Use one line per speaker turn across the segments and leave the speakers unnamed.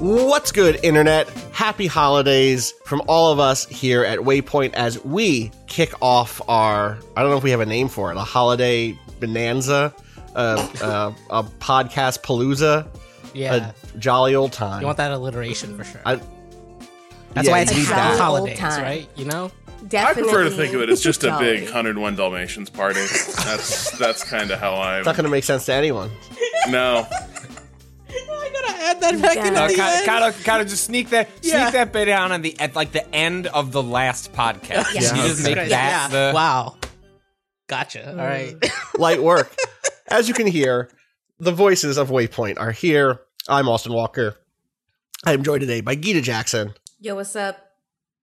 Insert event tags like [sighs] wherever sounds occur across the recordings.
What's good, Internet? Happy holidays from all of us here at Waypoint as we kick off our, I don't know if we have a name for it, a holiday bonanza, uh,
[laughs]
uh, a podcast palooza,
Yeah.
a jolly old time.
you want that alliteration for sure.
I-
That's
Yeah,
why it's
you
called
need that.
holidays,
Old time.
right? You know?
Definitely.
I prefer to think of it as just a big
jolly.
101 Dalmatians party. That's that's kind of how I.
It's not going to make sense to anyone.
No,
I gotta add that back
in
No,
at
kind of, kind of, kind of just sneak that,
Yeah.
sneak that bit down on the at like the end of the last podcast.
Yeah.
You just make that the
Wow. Gotcha. All right.
Light
[laughs]
work. as you can hear, the voices of Waypoint are here. I'm Austin Walker. I am joined today by Gita Jackson,
Yo, what's up?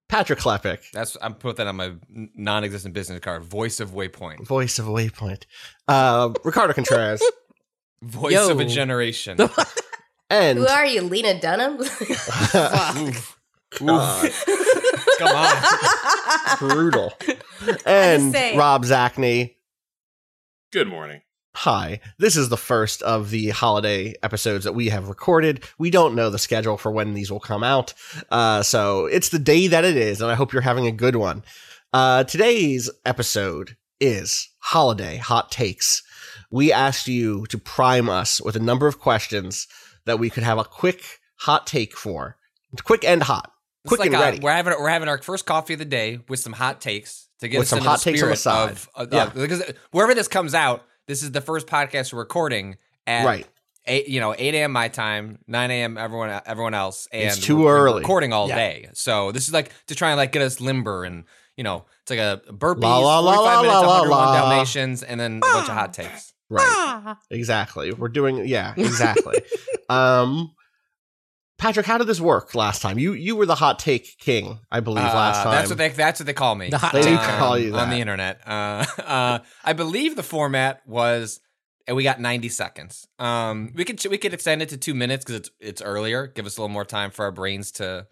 Patrick Klepek,
That's I'm put that on my n- non-existent business card. Voice of waypoint.
voice of Waypoint, uh, Ricardo Contreras,
Voice
Yo.
of a generation.
and
Who are you, Lena
[laughs]
Dunham?
[laughs]
Oof. Oof. Come on.
brutal. and
saying.
Rob Zachney.
good morning.
Hi, this is the first of the holiday episodes that we have recorded. We don't know the schedule for when these will come out, uh, so it's the day that it is, and I hope you're having a good one. Uh, today's episode is Holiday Hot Takes. We asked you to prime us with a number of questions that we could have a quick hot take for. Quick and hot.
It's
Quick
like
and
a-
ready.
We're having we're having our first coffee of the day with some hot takes to get
With
us
some
into
hot
the
takes on the
spirit
side.
of uh,
Yeah.
uh, because wherever this comes out, this is the first podcast we're recording at
Right.
eight, you know, eight a.m. my time, nine a.m. everyone everyone else, and
It's too
we're- we're
early.
recording all
Yeah.
day. So this is like to try and like get us limber and you know, it's like a burpees,
La, la, la,
45
la,
minutes,
la, la,
101
la.
Dalmatians, and then a bunch of hot takes.
Ah.
Right. Exactly. We're doing yeah, exactly. um Patrick, how did this work last time? You you were the hot take king, I believe, last
Uh,
time.
That's what they that's what they call me.
The hot
They do
take.
call you
on
that.
the internet. Uh, [laughs] uh, I believe the format was, and we got ninety seconds. Um, we could we could extend it to two minutes because it's it's earlier. Give us a little more time for our brains to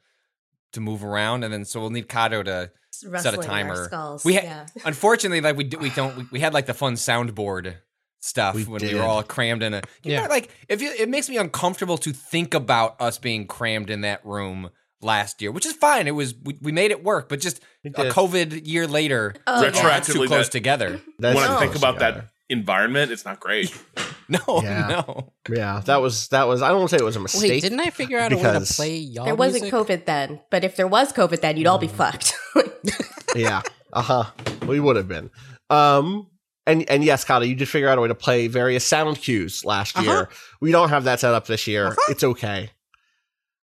to move around, and then so we'll need Kato to set a
Rustling
timer.
Our skulls.
We ha-
yeah. [laughs]
unfortunately like we do, we don't we, we had like the fun soundboard stuff
We
when we
did.
were all crammed in a you
Yeah.
know, like if you, it makes me uncomfortable to think about us being crammed in that room last year which is fine it was we, we made it work but just
We
a
did.
covid year later
Oh,
it's all too
Retroactively
close
[laughs]
that-
together [laughs]
That's
when
no.
I think
close
about
together.
that environment, it's not great.
no
Yeah.
no
Yeah, that was that was I don't want to say it was a mistake.
Wait, didn't I figure out a way to
Because-
play y'all?
There wasn't
music?
COVID then, but if there was COVID then, you'd all be fucked. [laughs]
yeah. Uh-huh. We would have been. Um and and yes, Kata, you did figure out a way to play various sound cues last
Uh-huh.
year. We don't have that set up this year. It's okay.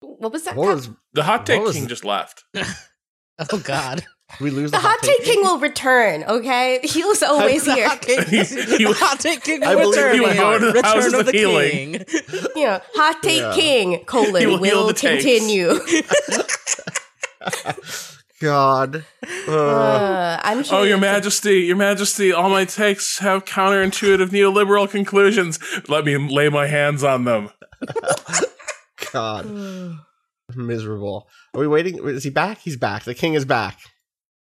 what was Uh-huh. that?
What was,
The hot take
What was
king
it?
just left.
Oh God.
did we lose
the hot take king will return, okay? [laughs] He was always here.
[laughs]
He
The
was-
hot take king.
I believe
return.
he was
going to the
Return
houses
of
of
the
healing.
king.
[laughs] You know, hot take
Yeah.
king,
He
colon,
will
will,
heal the takes.
continue.
God. Uh,
Uh, I'm sure.
Oh, Your Majesty, Your Majesty, all my takes have counterintuitive neoliberal conclusions. Let me lay my hands on them.
God. miserable. Are we waiting? Is he back? He's back. The king is back.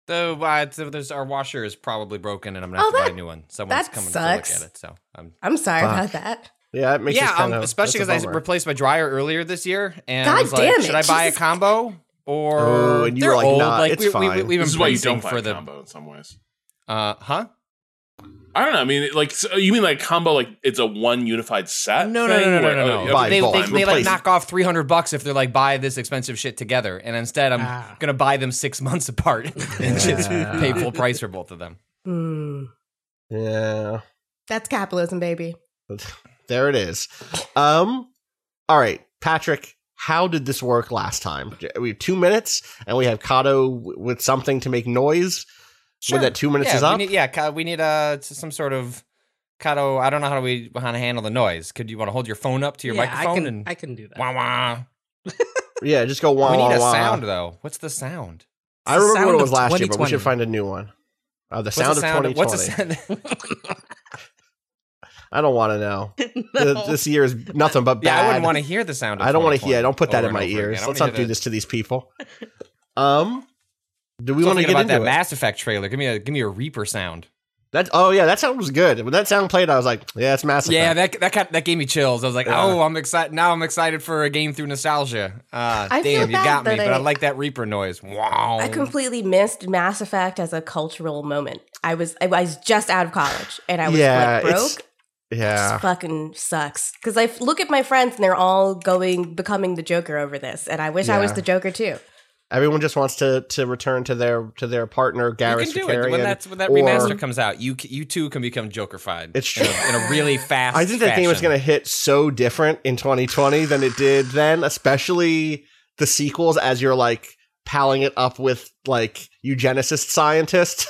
so, uh, so there's our washer is probably broken and i'm gonna
Oh,
have to buy
that-
a new one someone's
that
coming
sucks.
to look at it so i'm
I'm sorry
Fuck.
about that.
Yeah, it makes us
yeah, um,
kinda-
especially
that's a
because I
bummer.
replaced my dryer earlier this year, and
God
I was like,
damn it,
should I buy
Jesus.
a combo? Or
Oh, and you
they're
were like,
old,
nah,
like
it's
we,
fine.
We, we, we've
This
been
is why you
bracing
don't buy
for
a
the
combo in some ways.
uh, huh?
I don't know. I mean, like, so you mean like combo? Like it's a one unified set?
No, Uh, no,
thing?
no, no,
Where-
no,
oh,
no,
okay,
Buy
They,
bulk.
they,
fine,
they, like
replace it.
knock off three hundred bucks if they're like buy this expensive shit together, and instead I'm
Ah.
gonna buy them six [laughs] months apart and just pay full price for both of them.
Mm.
Yeah.
That's capitalism, baby.
There it is. Um, all right, Patrick, how did this work last time? We have two minutes, and we have Kato w- with something to make noise when that two minutes
yeah,
is up.
We need, yeah, Ka- we need uh s- some sort of Kato. I don't know how do we how to handle the noise. Could you want to hold your phone up to your
Yeah,
microphone
I can,
and
I can do that.
wah wah?
yeah, just go wah
we
wah
need a
wah.
sound though. What's the sound?
I
It's the
remember
sound
what it was
of
last year, but we
2020.
should find a new one. Uh, the
What's
sound
the
of
sound
2020.
What's the sound? [laughs]
I don't want to know. Th- [laughs] This year is nothing but bad.
yeah, I wouldn't want to hear the sound. Of
I don't want to
2020
hear. Don't put that in
over and
my
over again.
ears.
I
Let's
don't
not
need
do
to-
this to these
[laughs]
people. Um, do we
Still
want to
thinking
get
about
into
that
it?
Mass Effect trailer? Give me a give me a Reaper sound.
That oh yeah, that sound was good. When that sound played, I was like, yeah, it's massive.
[laughs] Yeah, that that kind that gave me chills. I was like, oh, I'm excited now. I'm excited for a game through nostalgia. Uh,
I feel
damn, you
bad
got
that
me, but I
I-
like that Reaper noise. Wow.
Mm.
I completely missed Mass Effect as a cultural moment. I was I was just out of college and I was
Yeah,
like
it's-
broke.
yeah.
Just fucking sucks. Because I f- look at my friends and they're all going becoming the Joker over this, and I wish I was
Yeah.
the Joker too.
Everyone just wants to to return to their to their partner
you
Garrus
can do it when
Vicarian,
that's when that
or-
remaster comes out. You c- you too can become Jokerfied.
It's
in
true.
a, in a [laughs] really fast.
I think that game is
fashion.
going to hit so different in 2020 than it did then, especially the sequels as you're like palling it up with like eugenicist scientist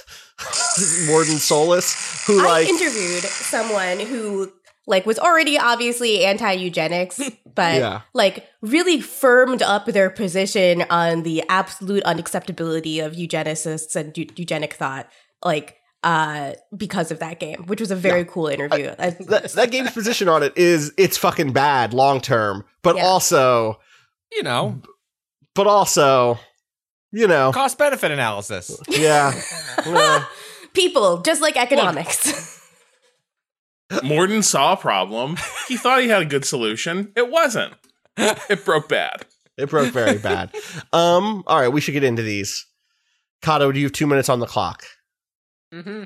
[laughs] Warden Solis, who like
I interviewed someone who like was already obviously
[laughs]
anti-eugenics, but
Yeah.
like really firmed up their position on the absolute unacceptability of eugenicists and eu- eugenic thought, like uh because of that game, which was a very cool interview. I-
Uh, that, that
[laughs]
game's position on it is it's fucking bad long term, but
Yeah.
also
you know
but also you know
cost benefit analysis.
yeah. [laughs] Yeah.
People, just like economics. [laughs]
Morden saw a problem. He thought he had a good solution. It wasn't. It broke bad.
It broke very bad. Um, all right, we should get into these. Kato, do you have two minutes on the clock?
hmm
Mm-hmm.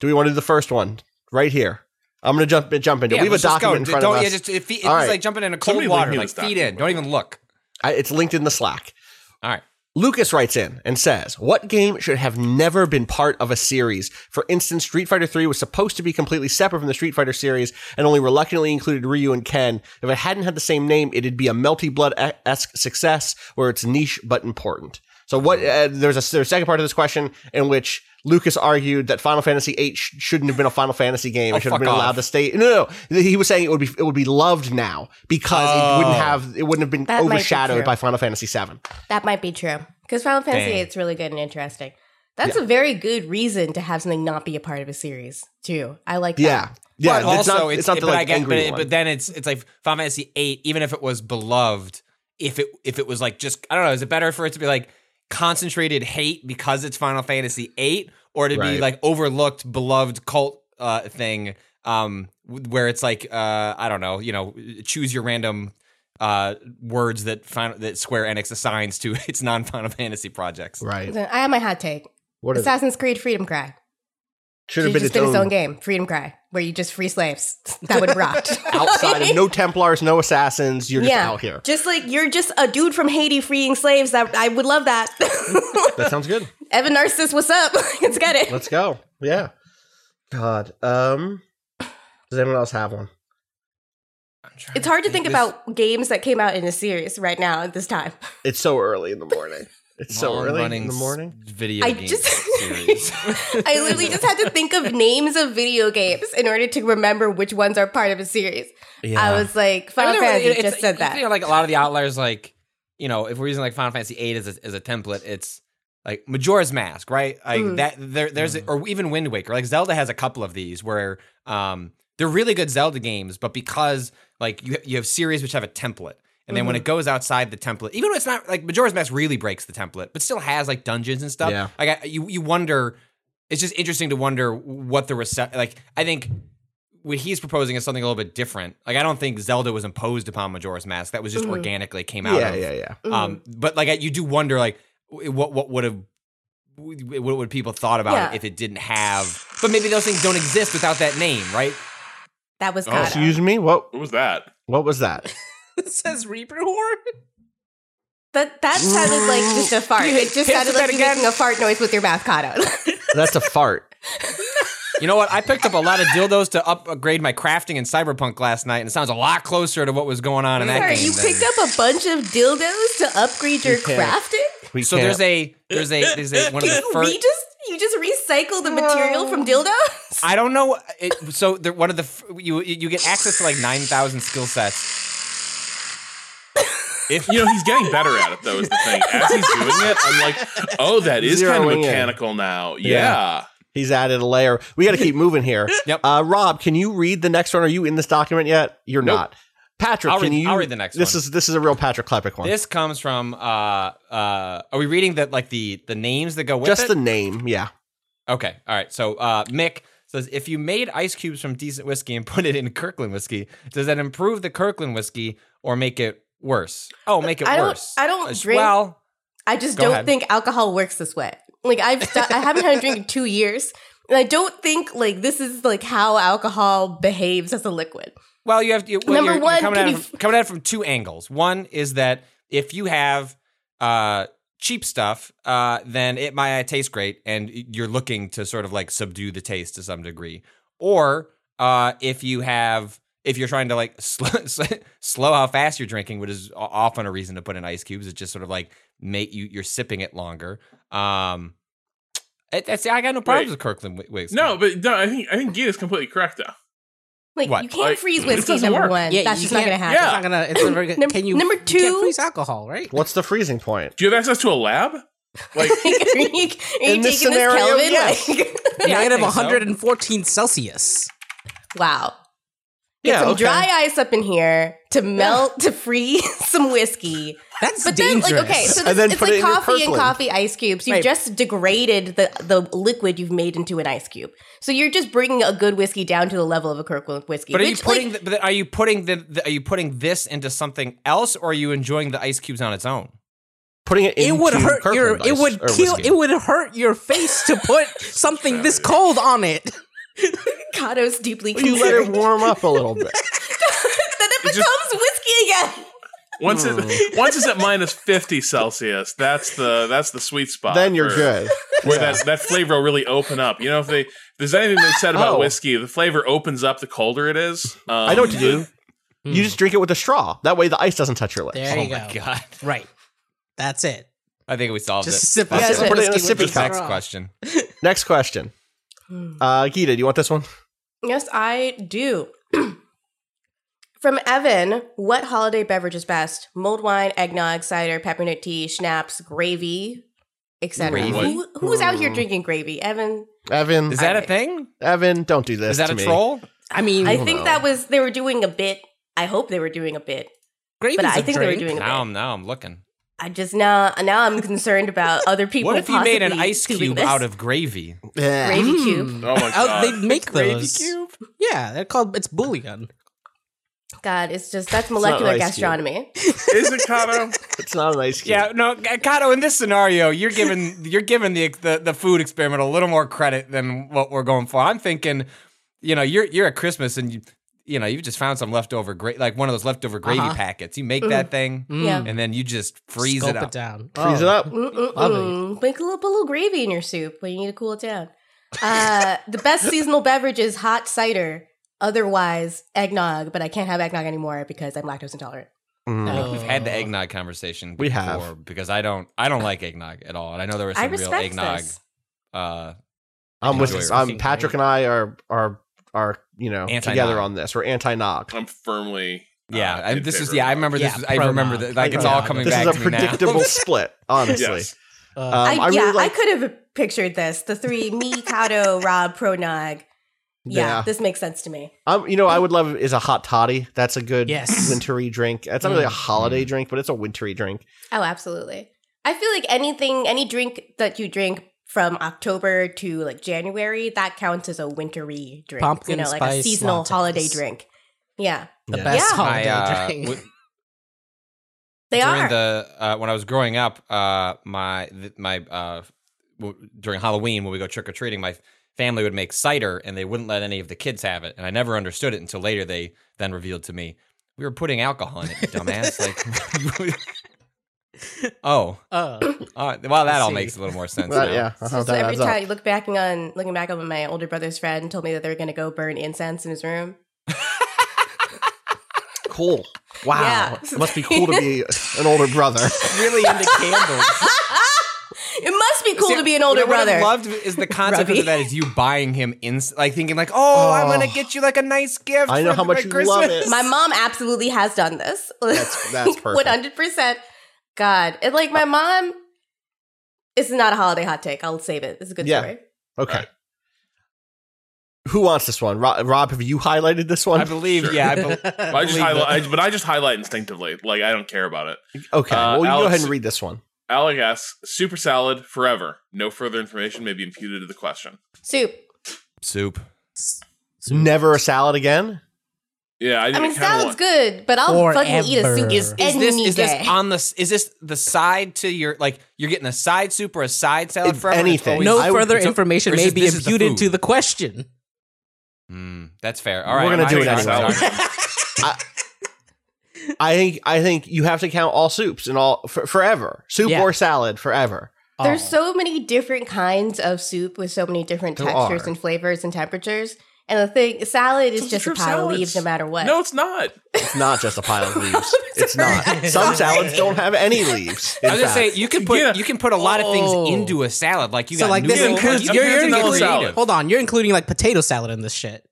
Do we want to do the first one right here? I'm gonna jump jump into. it.
Yeah,
we have a
let's just
document in
go.
front
don't,
of us.
Yeah, just, it, fe- it's
All right.
like jumping in a cold
Somebody link
water.
me this
Like feet in.
document.
Don't even look.
I, it's linked in the Slack.
All right.
Lucas writes in and says, "What game should have never been part of a series? For instance, Street Fighter III was supposed to be completely separate from the Street Fighter series and only reluctantly included Ryu and Ken. If it hadn't had the same name, it'd be a Melty Blood esque success where it's niche but important." So, what uh, there's a there's a second part of this question in which Lucas argued that Final Fantasy VIII sh- shouldn't have been a Final Fantasy game.
Oh,
it should have
fuck
been allowed
off.
to stay. No, no, he was saying it would be it would be loved now because it wouldn't
Oh.
have it wouldn't have been
That might be
overshadowed
true.
by Final Fantasy VII.
that might be true. Because Final Fantasy
Dang.
it's really good and interesting. That's a very good reason to have something not be a part of a series, too. I like that.
Yeah. Yeah,
but
it's
also
not, it's, not the
but
like
I get, but,
angry
it-
one.
but then it's it's like Final Fantasy eight. Even if it was beloved, if it if it was like just I don't know, is it better for it to be like concentrated hate because it's Final Fantasy eight, or to
Right.
be like overlooked beloved cult uh, thing um, w- where it's like uh, I don't know, you know, choose your random. Uh, words that fin- that Square Enix assigns to [laughs] its non Final Fantasy projects.
right.
I have my hot take.
What is it?
Assassin's Creed Freedom Cry.
Should have
Should have
been
just
its
been
own,
its own game, Freedom Cry, where you just free slaves. [laughs] That would have rocked.
[laughs]
[laughs]
outside of no Templars, no assassins. You're just
yeah,
out here.
just like you're just a dude from Haiti freeing slaves. That I would love that. [laughs]
That sounds good.
Evan Narcissus, what's up? [laughs] Let's get it.
Let's go. Yeah. God. Um. Does anyone else have one?
It's hard to think
This-
about games that came out in a series right now at
[laughs]
this time.
It's so early in the morning. It's so early in
long-running
the morning.
s- Video
I
game
just- [laughs]
[laughs] series.
I literally just had to think of names of video games in order to remember which ones are part of a series. I was like, Final
I mean, they're
Fantasy
really- it's-
just said that.
You know, like a lot of the outliers, like you know, if we're using like Final Fantasy VIII as a, as a template, it's like Majora's Mask, right? Like
Mm.
that. There, there's a, or even Wind Waker. Like Zelda has a couple of these where um they're really good Zelda games, but because like you you have series which have a template. And then when
Mm-hmm.
it goes outside the template, even when it's not like Majora's Mask really breaks the template, but still has like dungeons and stuff.
Yeah.
Like I, you, you wonder. It's just interesting to wonder what the rece- like. I think what he's proposing is something a little bit different. Like I don't think Zelda was imposed upon Majora's Mask. That was
Mm-hmm.
just organically came out.
Yeah,
of,
yeah, yeah.
Um, but like I- you do wonder, like w- what what would have what would people thought about
Yeah.
it if it didn't have But maybe those things don't exist without that name, right?
That was
Oh,
Kata.
Excuse me. What?
What was that?
What was that?
it says Reaper Horn.
That that sounded like just a fart.
[laughs]
It just
Hit
sounded
that
like you
again.
making a fart noise with your mouth, Kata. [laughs]
That's a fart.
You know what? I picked up a lot of dildos to upgrade my crafting in Cyberpunk last night, and it sounds a lot closer to what was going on in that
Sorry,
game.
you
than-
picked up a bunch of dildos to upgrade your crafting.
We
so
can't.
there's a there's a
[laughs]
there's a one of the
We
first.
just you just recycle the material from dildos.
I don't know. uh, It, so there, one of the f- you you get access to like nine thousand skill sets.
If you know, he's getting better at it though, is the thing. As he's doing it, I'm like, oh, that is kind
Zeroing
of
in.
mechanical now.
Yeah.
Yeah.
He's added a layer. We got to keep moving here.
[laughs] Yep.
Uh, Rob, can you read the next one? Are you in this document yet? You're
Nope.
not. Patrick,
I'll
can
read-
you?
I'll read the next
This
one.
is this is a real Patrick Klepek one.
This comes from uh uh. Are we reading that like the the names that go with
Just
it?
the name. Yeah.
Okay. All right. So uh, Mick says if you made ice cubes from decent whiskey and put it in Kirkland whiskey, does that improve the Kirkland whiskey or make it worse? Oh, make it
I don't-
worse.
I don't
As-
drink-
Well,
I just
Go
don't
ahead.
think alcohol works this way. Like I've st- I haven't had a drink in two years, and I don't think like this is like how alcohol behaves as a liquid.
well, you have to. Well,
Number
you're,
one,
you're coming
can
at,
you
it from, coming at it from two angles. One is that if you have uh, cheap stuff, uh, then it might taste great, and you're looking to sort of like subdue the taste to some degree. Or uh, if you have if you're trying to like [laughs] slow, slow how fast you're drinking, which is o- often a reason to put in ice cubes, it's just sort of like make you you're sipping it longer. Um, it, that's I got no problems
Wait.
with Kirkland wh- whiskey.
No, but no, I think I think Gita's completely correct though.
Like
What?
you can't
Like,
freeze
it
whiskey.
doesn't
Number
work.
one,
Yeah,
that's
you
just not gonna
can't-
happen.
Yeah.
It's not gonna. It's never gonna.
Number-
Can you?
number
you can't
two-
freeze alcohol, right?
What's the freezing point?
Do you have access to a lab?
[laughs]
Like
are you, are you taking
this
this,
scenario,
Kelvin?
yes.
[laughs] Like,
Yeah, I
Negative
think so.
114 Celsius.
wow. Get some
okay.
dry ice up in here to melt to freeze [laughs] some whiskey.
That's
But
dangerous.
then, like, okay, so
And
this,
then
it's
put
like
it in your
coffee and
Kirkland.
coffee ice cubes. You've
Right.
just degraded the the liquid you've made into an ice cube. So you're just bringing a good whiskey down to the level of a Kirkland whiskey.
But are you
which,
putting?
like,
the, but are you putting the, the? Are you putting this into something else, or are you enjoying the ice cubes on its own?
Putting it
it
into
would hurt your.
Kirkland
It
ice-
would
or
kill.
whiskey.
It would hurt your face to put [laughs] something this cold on it.
Kato's deeply
you let
considered.
it warm up a little [laughs] bit.
[laughs] then it becomes whiskey again.
once
Hmm.
it once it's at minus fifty Celsius, that's the that's the sweet spot.
then you're
for-
good.
Where that, that flavor will really open up. You know, if they if there's anything they said about
Oh.
whiskey, the flavor opens up the colder it is. Um,
I know what to do.
Hmm.
You just drink it with a straw. That way the ice doesn't touch your lips.
There
oh
you go.
my god!
Right. That's it.
I think we solved
Just
it.
sip
Yeah,
on
so
some
put it in a
whiskey with
sipping
Just
straw.
cup.
next question.
Next question.
Hmm.
Uh, Gita, do you want this one?
Yes, I do. [clears throat] From Evan, what holiday beverage is best? Mulled wine, eggnog, cider, peppermint tea, schnapps, gravy, etc.
Gravy?
Who, who's out
Mm.
here drinking gravy? Evan,
Evan,
Is that a
Alright.
thing?
Evan, don't do this.
Is that
to
a
me.
troll?
I mean,
I
don't
think
know.
that was they were doing a bit. I hope they were doing a bit,
gravy's
but I
a
think
drink.
they were doing a bit.
Now I'm now I'm looking.
I just now now I'm concerned about other people.
What if you made an
possibly
ice
doing
cube
this.
out of gravy?
Yeah.
[laughs] gravy
Mm.
cube?
Oh
[laughs]
my
Oh,
god!
they make
Gravy
those.
cube?
Yeah, they're called. It's bullion.
God, it's just that's
not
molecular
ice cube.
gastronomy.
is it Kato?
[laughs] It's not an ice cube.
Yeah, no, Kato. In this scenario,
[laughs]
you're giving you're giving the, the the food experiment a little more credit than what we're going for. I'm thinking, you know, you're you're at Christmas and you you know you just found some leftover gra- like one of those leftover gravy
Uh-huh.
packets. You make that thing,
Yeah.
and then you just freeze
Scope
it up.
down.
Freeze it
Oh.
up.
Mm-mm-mm. Make a little, put a little gravy in your soup when you need to cool it down. Uh, [laughs] the best seasonal beverage is hot cider. Otherwise, eggnog. But I can't have eggnog anymore because I'm lactose intolerant.
Oh.
Mm.
We've had the eggnog conversation.
We have.
before, because I don't I don't like eggnog at all, and I know there was
I
some real
respect
eggnog.
this.
Uh,
I'm with
Enjoy
you.
it.
I'm Patrick and I are are are you know
Anti-nog.
together on this. We're anti nog.
I'm firmly. uh,
yeah,
in
and this
favor
is
of
yeah. I
that.
remember
Yeah,
this. Was, I
pro
remember
nog.
that. Like it's
Pro
all
nog.
coming
This
back
is a
to me now.
predictable
[laughs]
[laughs]
split, honestly.
[laughs]
Yes.
Uh,
Um,
I,
I,
yeah,
really like.
I could have pictured this. The three me, Kato, Rob, Pronog. Yeah,
Yeah.
this makes sense to me.
Um, you know, I would love is a hot toddy. That's a good
Yes.
wintry drink. It's not really a holiday drink, but it's a wintry drink.
Oh, absolutely. I feel like anything, any drink that you drink from October to like January, that counts as a wintry drink.
Pumpkin
you know, like a
spice
seasonal
lattes.
holiday drink. Yeah,
the
Yeah.
best
Yeah.
holiday
I, uh,
drink.
w-
they
during
are.
the uh, when I was growing up, uh, my th- my uh, w- during Halloween when we go trick or treating, my family would make cider and they wouldn't let any of the kids have it. And I never understood it until later they then revealed to me, we were putting alcohol in it, you dumbass. Like, [laughs] oh,
Uh,
all right. well, that
I
all
see.
makes a little more sense.
Well,
now.
yeah.
So,
uh-huh,
so
that
every
adds up.
time you look back on looking back up on my older brother's friend told me that they were gonna go burn incense in his
[laughs]
room.
Cool. Wow.
Yeah.
It must be cool to
[laughs]
be an older brother.
Really [laughs] into candles.
It must be cool
See,
to be an older
what
brother.
I loved is the concept
Robbie.
of that is you buying him in, like thinking like, oh, I'm gonna get you like a nice gift.
I know
for
how much
my
you
Christmas.
love it.
my mom absolutely has done this.
That's-
[laughs]
that's perfect. Uh,
One hundred percent. God, and like my mom. It's not a holiday hot take. I'll save it. It's a good
Yeah.
story.
Okay.
Right.
Who wants this one? Rob, Rob, have you highlighted this one?
I believe, yeah, I, be-
But I just
believe
highlight,
that.
I- but I just highlight instinctively. Like I don't care about it.
okay.
Uh,
well, you go
Alex-
ahead and read this one.
Alec asks, "Super salad forever. No further information may be imputed to the question."
Soup.
soup.
Never a salad again.
Yeah,
I
I,
mean,
kinda want-
salad's good, but I'll fucking eat a
Forever.
soup
Is, is
any
this is
day.
this on the s- is this the side to your like you're getting a side soup or a side salad
It's
forever?
anything.
It's
no
always-
I would-
further
so-
information
or
may
just
be
this is the
imputed
food.
to the question.
Mm, that's fair. All right,
We're gonna
I'm
do it
sorry.
anyway.
Sorry.
I think I think you have to count all soups and all for, forever. Soup
Yeah.
or salad forever.
[laughs]
Oh.
There's
Oh.
so many different kinds of soup with so many different
There
textures
are.
and flavors and temperatures. And the thing, salad is
Those are
just a
true
pile of leaves,
salads.
no matter what.
No, it's not.
It's not just a pile of leaves. It's not. Some salads don't have any leaves. in
I was gonna say
fact.
you can put
Yeah.
you can put a lot of things
Oh.
into a salad. Like you
so
got
like this
noodles,
noodle-
includes
like,
you're,
you
you're
can do
including
salad.
hold on you're including like potato salad in this shit.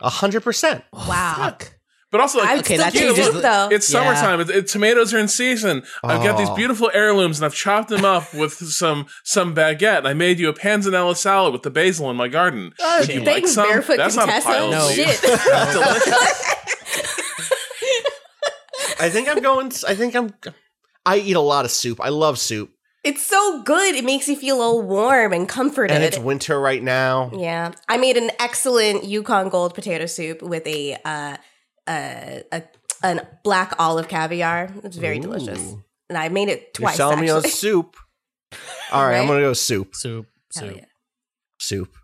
a hundred percent.
wow.
Fuck.
But also, like,
I would
Okay,
still
that
do
changes
soup
the-
though.
It's
Yeah.
summertime. It, it- tomatoes are in season. I've got these
Oh.
beautiful heirlooms, and I've chopped them up with some some baguette. And I made you a panzanella salad with the basil in my garden. Would you like
Thanks,
some?
barefoot
That's not a
Contessa.
pile of
No.
Shit.
leaves. That's delicious.
I think I'm going. I think I'm. I eat a lot of soup. I love soup,
it's so good. It makes you feel all warm and comforted.
and it's winter right now.
yeah. I made an excellent Yukon Gold potato soup with a, uh, uh, a an black olive caviar. It's very delicious.
Ooh.
And I made it twice.
You're selling me on
actually. [laughs]
soup. All right, I'm
Right?
gonna go soup.
Soup.
Hell
Soup.
yeah.
Soup.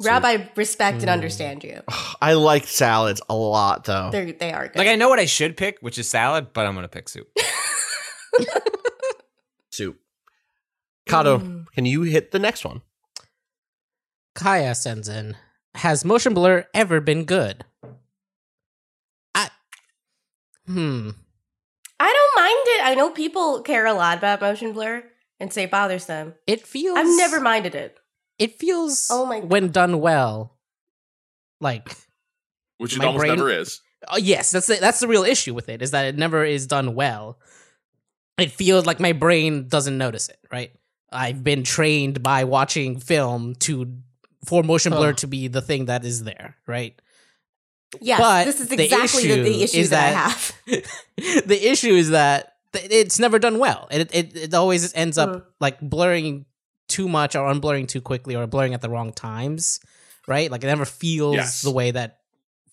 Rob, I respect
Hmm.
and understand you.
I like salads a lot, though.
Oh.
They're, they are good.
Like I know what I should pick, which is salad, but I'm gonna pick soup.
soup. Kato, can you hit the next one?
Kaya sends in. Has motion blur ever been good? I. Hmm.
I don't mind it. I know people care a lot about motion blur and say it bothers them.
It feels.
I've never minded it.
It feels.
Oh my
When done well, like
Which it
My
almost
brain-
never is.
[laughs] oh, yes, that's the, that's the real issue with it is that it never is done well. It feels like my brain doesn't notice it. Right. I've been trained by watching film to for motion blur
Oh.
to be the thing that is there. Right.
Yes,
But
this is
the
exactly the, the
issue
issue
is
that, I
that- [laughs]
have.
the issue is that th- it's never done well. It it, it always ends up
Mm.
like blurring too much or unblurring too quickly or blurring at the wrong times, right? Like it never feels
Yes.
the way that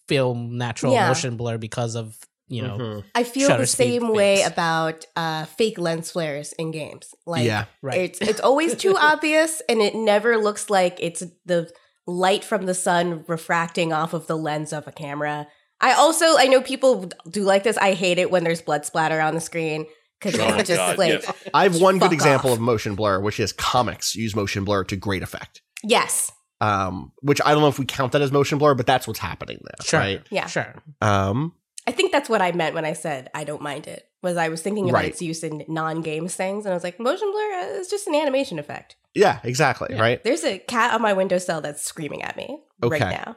film natural
Yeah.
motion blur because of you know
Mhm.
I feel
Shutter
the
speed
same way
fails.
about uh, fake lens flares in games. Like,
yeah.
right.
it's it's always too obvious, and it never looks like it's the light from the sun refracting off of the lens of a camera. I also I know people do like this. I hate it when there's blood splatter on the screen because
Oh my
it's just
God,
like
yes.
I have one
Fuck
good example
off.
of motion blur, which is comics use motion blur to great effect.
yes,
Um, which I don't know if we count that as motion blur, but that's what's happening there,
sure,
right?
Yeah.
sure.
Um,
I think that's what I meant when I said I don't mind it. Was I was thinking about
Right.
its use in non-games things, and I was like, motion blur uh, is just an animation effect.
yeah, exactly,
Yeah.
right?
There's a cat on my windowsill that's screaming at me right
Okay.
now.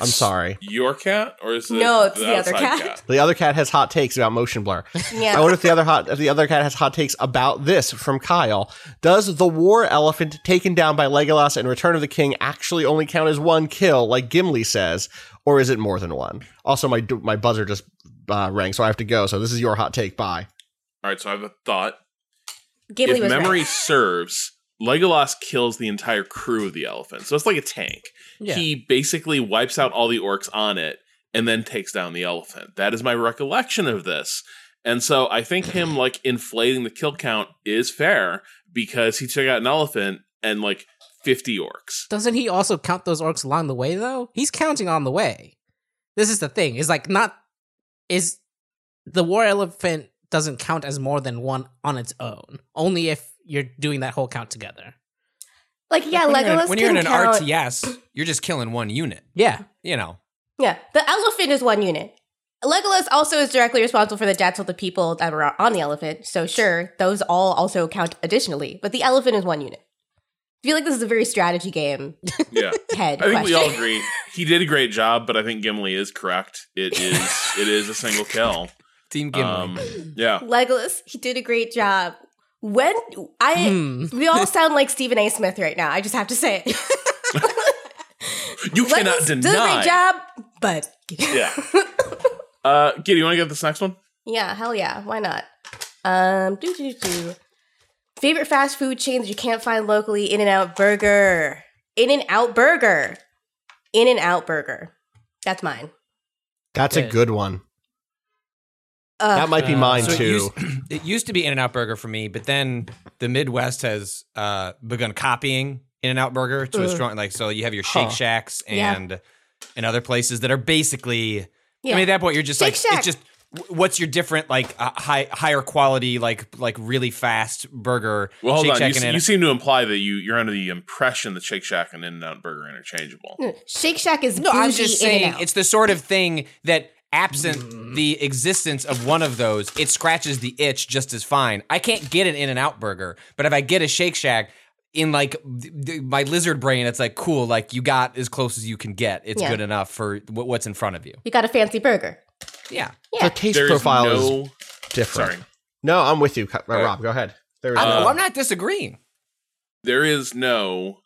I'm sorry.
Your cat, or is it
No, it's the other
outside
cat.
The other cat has hot takes about motion blur.
Yeah,
I wonder if the other hot if the other cat has hot takes about this from Kyle. Does the war elephant taken down by Legolas and Return of the King actually only count as one kill, like Gimli says, or is it more than one? Also, my my buzzer just uh, rang, so I have to go. So this is your hot take. Bye.
All right, so I have a thought.
Ghibli
if
was right.
memory serves, Legolas kills the entire crew of the elephant. So it's like a tank.
Yeah.
He basically wipes out all the orcs on it and then takes down the elephant. That is my recollection of this. And so I think him like inflating the kill count is fair because he took out an elephant and like
[laughs]
50 orcs.
Doesn't he also count those orcs along the way though? He's counting on the way. This is the thing. Is like not is the war elephant doesn't count as more than one on its own. Only if you're doing that whole count together.
Like yeah,
when you're in,
Legolas
when you're in
can
an
count.
RTS, you're just killing one unit.
Yeah.
You know,
Yeah, the elephant is one unit. Legolas also is directly responsible for the deaths of the people that were on the elephant. So sure, those all also count additionally, but the elephant is one unit. I feel like this is a very strategy
[laughs]
game
Yeah.
head.
I think we all
question.
agree. He did a great job, but I think Gimli is correct. It is it is a single kill.
Team Gimli.
Um, yeah.
Legolas, he did a great job. When I
Hmm.
we
[laughs]
all sound like Stephen A. Smith right now. I just have to say it.
You
Legolas
cannot
did a great
deny.
job, but
Yeah. Uh Giddy, you want to get this next one?
Yeah, hell yeah. Why not? Um, do do do. Favorite fast food chains you can't find locally: In and Out Burger, In and Out Burger, In and Out Burger. That's mine.
That's a
Good.
good one.
Uh,
That might be
Uh,
mine
So it
too.
used, [clears throat] it used to be In and Out Burger for me, but then the Midwest has uh, begun copying In and Out Burger to a
Ugh.
strong like so you have your Shake
Huh.
Shacks
Yeah.
and and other places that are basically I
yeah.
mean at that point you're just
Shake
like
Shack.
it's just w- what's your different like uh, high higher quality like like really fast burger
Well, hold
Shake
on. You,
Shack
se-
and In-
you seem to imply that you you're under the impression that Shake Shack and In-N-Out Burger are interchangeable.
Mm,
Shake Shack is
No,
bougie
I'm just
In
saying
and Out.
it's the sort of thing that absent the existence of one of those, it scratches the itch just as fine. I can't get an In and Out burger, but if I get a Shake Shack, in like th- th- my lizard brain, it's like cool. Like you got as close as you can get. It's
Yeah.
good enough for what what's in front of you.
You got a fancy burger.
Yeah,
Yeah.
The taste
There is
profile is
no
different.
sorry.
No, I'm with you, Co- uh,
right.
Rob. Go ahead. There is
I'm,
no-
Uh,
well, I'm not disagreeing.
There is no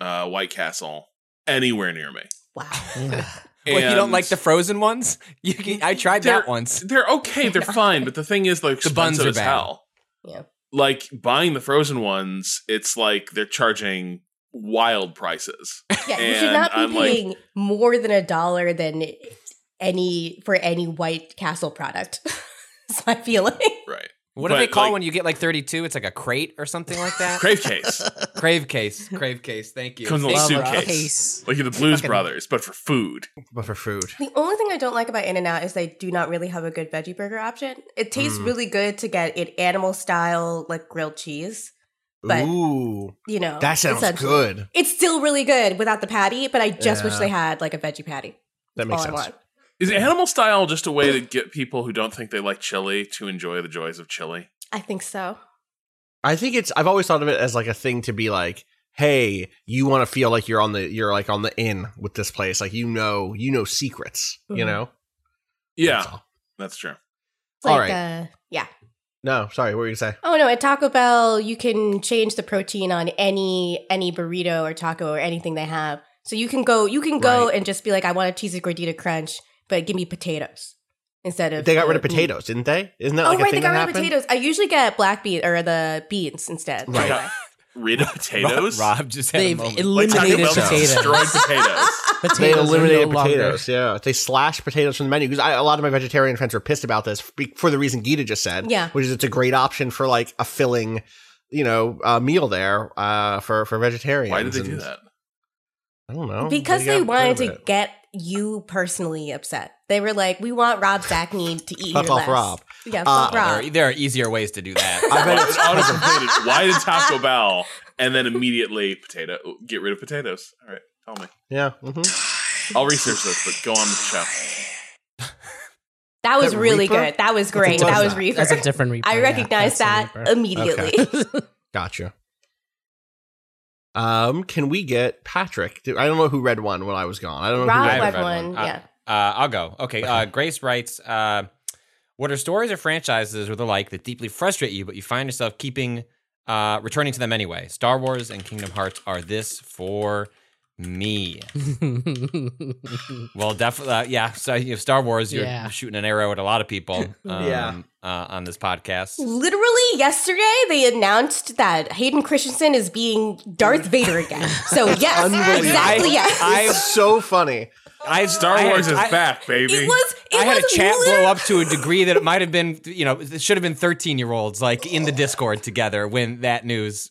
uh White Castle anywhere near me.
[laughs]
Wow.
Well, you don't
And-
like the frozen ones? [laughs] You can, I tried
They're-
that once.
They're okay.
[laughs]
They're fine. But the thing is, like,
The buns
expensive
are
as
bad.
hell.
Yeah.
Like buying the frozen ones, it's like they're charging wild
[laughs]
prices.
Yeah, you should
And
not be
I'm like-
paying more than a dollar than any for any White Castle product. [laughs] That's my feeling.
right.
What do they
but,
call
like-
when you get like 32? It's like a crate or something like that.
Crave case.
crave case, crave case. Thank you. [laughs]
Comes in a
Thank you.
Love
suitcase.
case.
Like the Blues
Fucking-
Brothers, but for food.
but for food.
The only thing I don't like about In N Out is they do not really have a good veggie burger option. It tastes
Mm.
really good to get it animal style, like grilled cheese. But- Oh,
Ooh,
You know,
that sounds
essentially.
good.
It's still really good without the patty, but I just wish
Yeah.
they had like a veggie patty.
That
All
makes
I
sense.
want.
Is animal style just a way to get people who don't think they like chili to enjoy the joys of chili?
I think so.
I think it's. I've always thought of it as like a thing to be like, hey, you want to feel like you're on the you're like on the in with this place. Like you know, you know secrets. You
Mhm.
know. That's
Yeah,
all.
that's true.
It's like,
All right.
uh, yeah.
No, sorry. What were you gonna say?
Oh no, at Taco Bell you can change the protein on any any burrito or taco or anything they have. So you can go you can go
Right.
and just be like, I want a cheesy gordita crunch, but give me potatoes instead of
They got rid of
uh, meat.
potatoes, didn't they? Isn't that
Oh
[laughs] like a
right, they
thing that
got rid of
happened?
potatoes. I usually get black bean or the beans instead.
Right.
Anyway.
Rita potatoes.
Rob, Rob just had a
They've
moment.
Like Taco
eliminated
Bell
potatoes.
destroyed potatoes.
potatoes.
They
are
eliminated
no longer-
potatoes. Yeah, they slashed potatoes from the menu because a lot of my vegetarian friends were pissed about this be- for the reason Gita just said.
Yeah.
which is it's a great option for like a filling, you know, uh, meal there uh, for for vegetarians.
Why did they do
and-
that?
I don't know
because
got
they
rid
wanted
of
to
it.
get you personally upset. They were like, "We want Rob Zachney to eat
Fuck
your
off
less."
Rob.
Yeah, fuck
Uh,
Oh, There
Rob.
are, there are easier ways to
[laughs]
do that.
I bet
Well,
it's
it's autocompleted. Why did Taco Bell and then immediately potato oh, get rid of potatoes? All right, tell me.
yeah. mhm.
I'll research this, but go on with the show.
That was
That
really
Reaper?
good. That was great.
What
That
is
was
that?
Reaper.
That's a different reaper.
[laughs] I
yeah,
recognized
that's
that
a reaper.
immediately.
Gotcha. Um, can we get Patrick? Do- I don't know who read one when I was gone. I don't know. who
Rob
I
read
went
haven't read
one.
one. Uh,
Yeah.
Uh, I'll go. Okay. Uh, Grace writes uh, What are stories or franchises or the like that deeply frustrate you, but you find yourself keeping, uh, returning to them anyway? Star Wars and Kingdom Hearts are this for me. Well, definitely. Uh, yeah. So, you know, Star Wars, you're
Yeah.
shooting an arrow at a lot of people um,
Yeah.
uh, on this podcast.
Literally yesterday, they announced that Hayden Christensen is being Darth Vader again. So yes,
Unbelievable.
exactly yes.
It's so funny.
I,
Star
I-
Wars is
I-
back, baby.
it was. It
I had a
was
chat
lit-
blow up to a degree that it might have been, you know, it should have been 13 year olds like in the Discord together when that news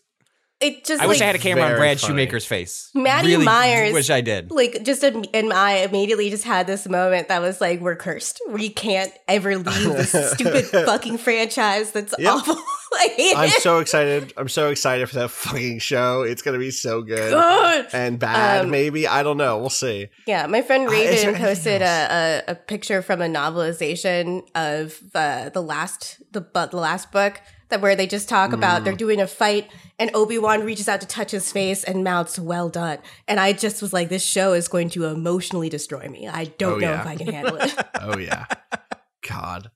it just
I wish
like,
I had a camera on
Very
Brad
funny.
Shoemaker's face.
Maddie
really
Myers-
Wish I did.
like just in, in I immediately just had this moment that was like we're cursed. We can't ever leave this
[laughs]
stupid fucking franchise that's
Yep.
awful. [laughs] I hate
I'm
it. [laughs]
so excited. I'm so excited for that fucking show. It's going to be so good.
Good.
And bad,
Um,
maybe. I don't know. We'll see.
Yeah, my friend
Uh, is there
Raven
anything
posted a, a, a picture from a novelization of uh, the last the but the last book that where they just talk about
Mm.
they're doing a fight and Obi Wan reaches out to touch his face and mouths "Well done," and I just was like, this show is going to emotionally destroy me. I don't
Oh,
know
yeah.
if I can
[laughs]
handle it.
Oh
[laughs]
yeah. God.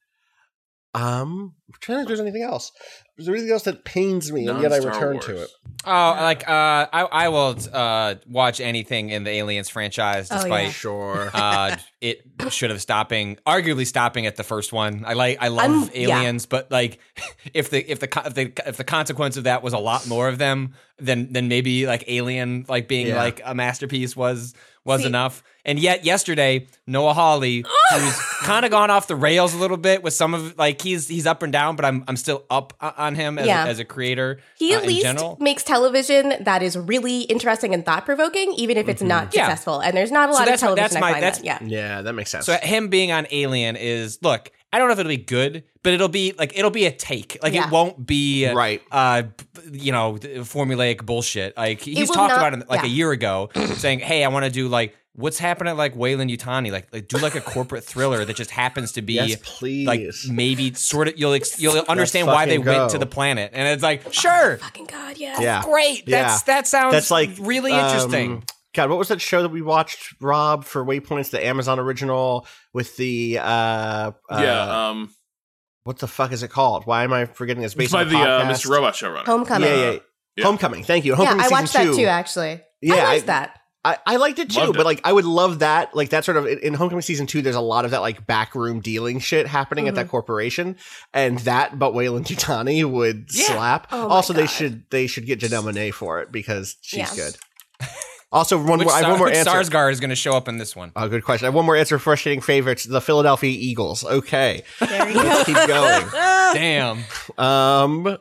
Um, I'm trying to think if there's anything else. There's anything else that pains me, and yet I
Non-Star
return to
Wars.
it.
Oh, like uh, I, I will uh, watch anything in the Aliens franchise,
Oh, yeah.
despite
Sure.
[laughs] uh, it should have stopping, arguably stopping at the first one. I like, I love
I'm- yeah.
Aliens, but like, [laughs] if the if the co- if the if the consequence of that was a lot more of them, then then maybe like Alien, like being
Yeah.
like a masterpiece was was
See-
enough. And yet yesterday, Noah Hawley,
[gasps]
who's kind of gone off the rails a little bit with some of like he's he's up and down, but I'm I'm still up o- on him as,
Yeah.
a, as a creator.
He
uh,
at
in
least
general.
makes television that is really interesting and thought provoking, even if it's not
Mm-hmm. Yeah.
successful. And there's not a lot of
that's my-
television
that's
I
my-
find
that's-
that. Yeah.
[laughs] yeah, that makes sense.
So him being on Alien is look. I don't know if it'll be good, but it'll be like it'll be a take. Like
Yeah.
it won't be
Right.
Uh, b- you know, th- formulaic bullshit. Like he's
will
talked
not-
about it like a
yeah. [clears throat]
year ago, saying, "Hey, I want to do like what's happening at like Wayland Utani. Like, like do like a corporate thriller that just happens to be
Yes, please.
like maybe sort of you'll ex- you'll understand why they
fucking go.
went to the planet." And it's like, sure,
Oh, Fucking God, yes.
yeah.
great.
Yeah.
That's that sounds
That's like
really
um,
interesting.
God, what was that show that we watched, Rob, for Waypoints, the Amazon original with the uh, uh
yeah, um,
what the fuck is it called? Why am I forgetting this?
it's
Based
by
on a
the uh,
podcast.
Mr. Robot showrunner.
Homecoming.
Yeah, yeah,
Yeah.
Homecoming. Thank you.
Yeah,
Homecoming
I
season
watched that
two.
too, actually.
Yeah,
I liked
I-
that.
I, I liked it too,
Loved
but
it.
like I would love that, like that sort of in, in Homecoming season two. There's a lot of that like backroom dealing shit happening at
Mm-hmm.
that corporation, and that. But Wayland Tutani would
Yeah.
slap.
Oh my
also, they
God.
should they should get Janelle Monae for it because she's
Yeah.
good.
[laughs]
Also, one
Which,
more. I have
star,
one
[laughs]
more
which
answer.
Sarsgaard is going to show up in this one?
Oh, good question. I have one more answer. for Frustrating favorites: the Philadelphia Eagles. Okay,
There you go.
keep going.
Damn.
[laughs]
Um,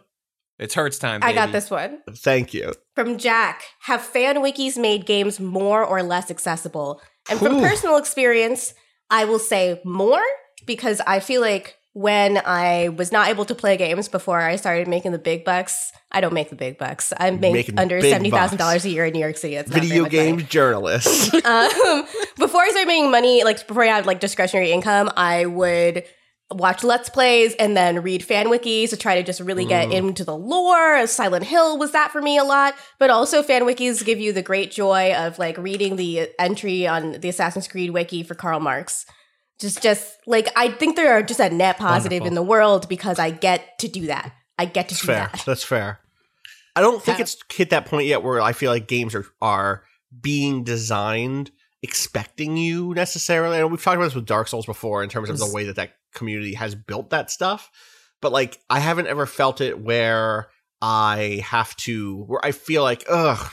It's Hurts time.
Ah. I got
baby.
this one.
thank you.
From Jack Have fan wikis made games more or less accessible? And from
Ooh.
personal experience, I will say more because I feel like when I was not able to play games before I started making the big bucks, I don't make the big bucks. I make
Making
under
big
$70,000
bucks.
a year in New York City. It's not very
Video
much money.
game
[laughs]
journalist.
um, before I started making money, like before I had like discretionary income, I would watch let's plays and then read fan wikis to try to just really get
Mm.
into the lore. Silent Hill was that for me a lot, but also fan wikis give you the great joy of like reading the entry on the Assassin's Creed wiki for Karl Marx. Just just like I think there are just a net positive in the world because I get to do that. I get to
That's
do
fair.
that.
That's fair. I don't think it's hit that point yet where I feel like games are are being designed expecting you necessarily. And we've talked about this with Dark Souls before in terms of the way that that community has built that stuff. But like, I haven't ever felt it where I have to where I feel like ugh.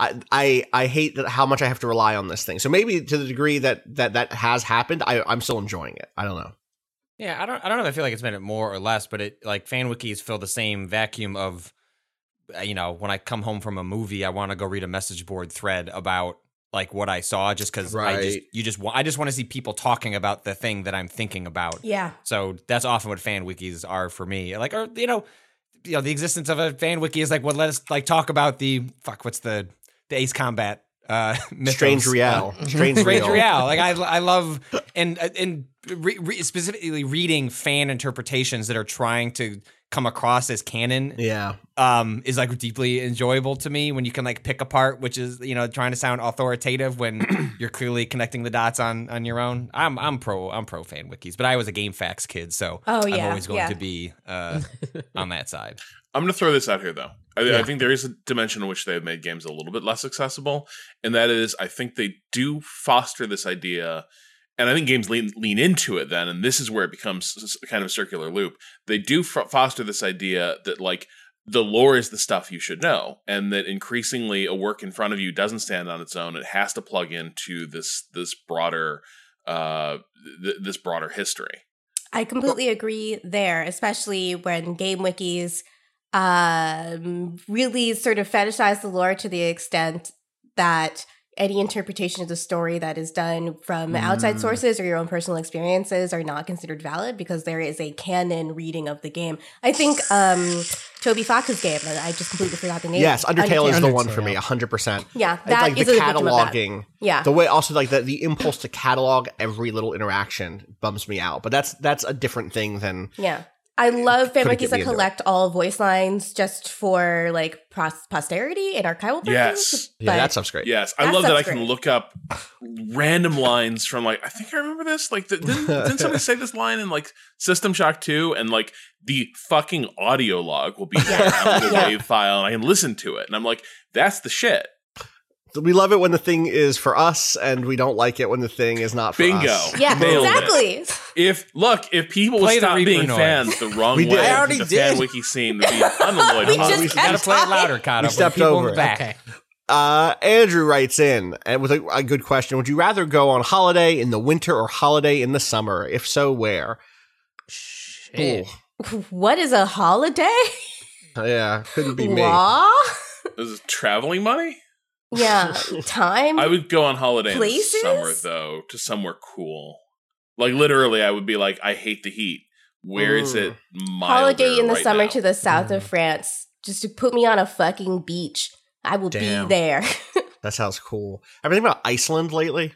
I, I I hate that how much I have to rely on this thing. So maybe to the degree that that that has happened, I I'm still enjoying it. I don't know.
Yeah, I don't. I don't know if I feel like it's made it more or less, but it like fan wikis fill the same vacuum of, uh, you know, when I come home from a movie, I want to go read a message board thread about like what I saw, just because I just
Right.
you just wa- I just want to see people talking about the thing that I'm thinking about.
Yeah.
So that's often what fan wikis are for me. Like, or you know, you know, the existence of a fan wiki is like what let us like talk about the fuck. What's the the Ace Combat? Uh, [laughs] mythos.
Strange Real.
[laughs]
Strange,
Strange
Real.
Real. Like I, I love and and re, re, specifically reading fan interpretations that are trying to come across as canon
Yeah.
um, is like deeply enjoyable to me when you can like pick apart, which is you know trying to sound authoritative
[clears throat]
when you're clearly connecting the dots on on your own. I'm I'm pro I'm pro fan wikis, but I was a game facts kid, so
Oh,
I'm
yeah,
always going
yeah.
to be
[laughs]
uh, on that side.
I'm going to throw this out here though. I, I
Yeah.
think there is a dimension in which they have made games a little bit less accessible, and that is I think they do foster this idea, and I think games lean lean into it then, and this is where it becomes s- s- kind of a circular loop. They do f- foster this idea that like the lore is the stuff you should know, and that increasingly a work in front of you doesn't stand on its own; it has to plug into this this broader uh th- this broader history.
I completely agree there, especially when game wikis um, really sort of fetishize the lore to the extent that any interpretation of the story that is done from outside
Mm.
sources or your own personal experiences are not considered valid because there is a canon reading of the game. I think um, Toby Fox's game, I just completely forgot the name.
Yes, Undertale is the one for
Undertale.
me, 100%.
Yeah,
It's
that
like
is
the
a victim of that.
cataloging.
Yeah.
The way also like the, the impulse to catalog every little interaction bums me out. But that's that's a different thing than
Yeah. I love
couldn't
fanwikis
get
that
me into
collect all voice lines just for like pros- posterity and archival purposes.
Yes.
yeah,
but-
that stuff's great.
Yes, I
That
love that I
sounds
can
great.
look up random lines from like I think I remember this. Like th-
[laughs]
didn't, didn't somebody say this line in like System Shock Two? And like the fucking audio log will be there. I'm in
[laughs]
a
Yeah.
wave file, and I can listen to it. And I'm like, that's the shit.
We love it when the thing is for us and we don't like it when the thing is not for
Bingo.
us.
Yeah,
Nailed it.
exactly.
If look, if people would
Play the
stop
Reaper
being
noise.
fans the wrong
We
way,
did. I
already
the
did.
fan
[laughs]
wiki scene would be unalloyed.
We
upon.
just
you gotta
kept
[laughs]
play it
talking.
louder, Kata.
We
with
stepped
people in
over
the
it.
back.
Okay.
Uh, Andrew writes in and with a, a good question. Would you rather go on holiday in the winter or holiday in the summer? If so, where?
Shit.
Ooh.
What is a holiday?
Yeah, couldn't be me.
Law?
This is traveling money.
Yeah. Time?
I would go on holiday
Places?
in the summer though to somewhere cool. Like literally, I would be like, I hate the heat. Where is
Ooh.
it?
Mm.
Milder
holiday in the
right
summer
now?
to the south of France. Just to put me on a fucking beach. I will
Damn.
be there.
That sounds cool. I've been thinking about Iceland lately.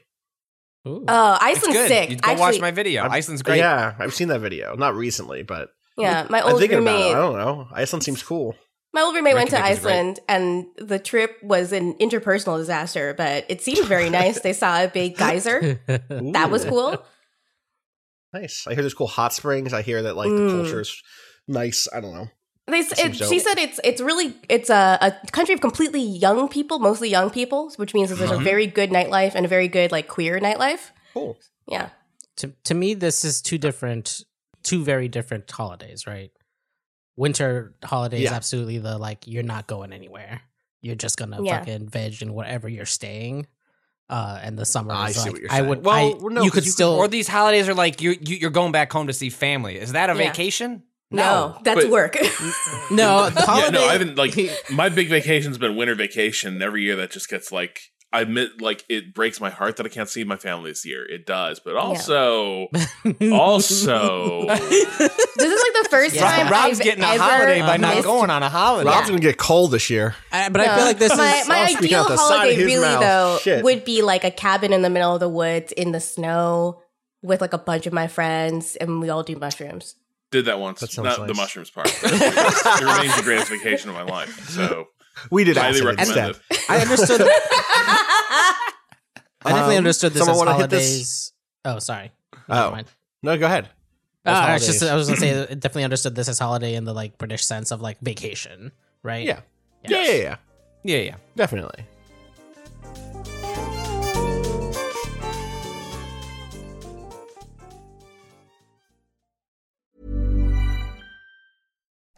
Ooh. [laughs]
[laughs] Oh,
It's
Iceland's
good.
sick.
You go
Actually,
watch my video.
I'm-
Iceland's great.
Yeah, I've seen that video. Not recently, but
yeah, my
I'm
old
thinking about it.
roommate
I don't know. Iceland seems cool.
My old roommate went to
Reykjavik is great.
Iceland, and the trip was an interpersonal disaster, but it seemed very nice. They saw a big geyser. That was
Ooh,
cool.
Nice. I hear there's cool hot springs. I hear that like the
Mm.
culture is nice. I don't know.
They, s- it,
Seems dope.
she said it's it's really it's a, a country of completely young people, mostly young people, which means that there's a very good nightlife and a very good like queer nightlife.
Cool.
Yeah,
to to me this is two different two very different holidays right winter holiday is
Yeah.
absolutely the like you're not going anywhere you're just gonna
Yeah.
fucking veg in wherever you're staying uh and the summer
I
is
see
like,
what you're
i
saying.
would
Well,
I,
no, 'cause
you
you
could
could-
still
Or these holidays are like you, you you're going back home to see family. Is that a
Yeah.
vacation?
no, that's
But-
[laughs]
work.
[laughs]
no the
Yeah,
holiday
no, I haven't like
[laughs]
my big vacation's been winter vacation. and Every year that just gets like I admit like it breaks my heart that I can't see my family this year. It does,
[laughs]
but also also
this is like the first
Yeah.
time
Rob's
I've
getting a
ever
holiday by not
missed-
going on a holiday.
Rob's gonna get cold this year.
I- but i feel like this
my,
is
my
I'll speak
ideal
out the side of
holiday
his
really
mouth.
though
Shit.
would be like a cabin in the middle of the woods in the snow with like a bunch of my friends and we all do mushrooms. [laughs]
did that once.
That sounds
Not the
nice.
mushrooms part. it remains the greatest vacation of my life. So
We did
highly
acid
recommend
instead.
it.
i understood i definitely
Um,
understood this as
someone wanna hit this?
holidays oh sorry Never
Oh
mind.
no, go ahead.
Uh,
Ah,
As
I was just
holidays.
I was gonna say that it definitely understood this as holiday in the like British sense of like vacation, right?
Yeah.
Yes.
Yeah, yeah, yeah,
Yeah, yeah.
definitely.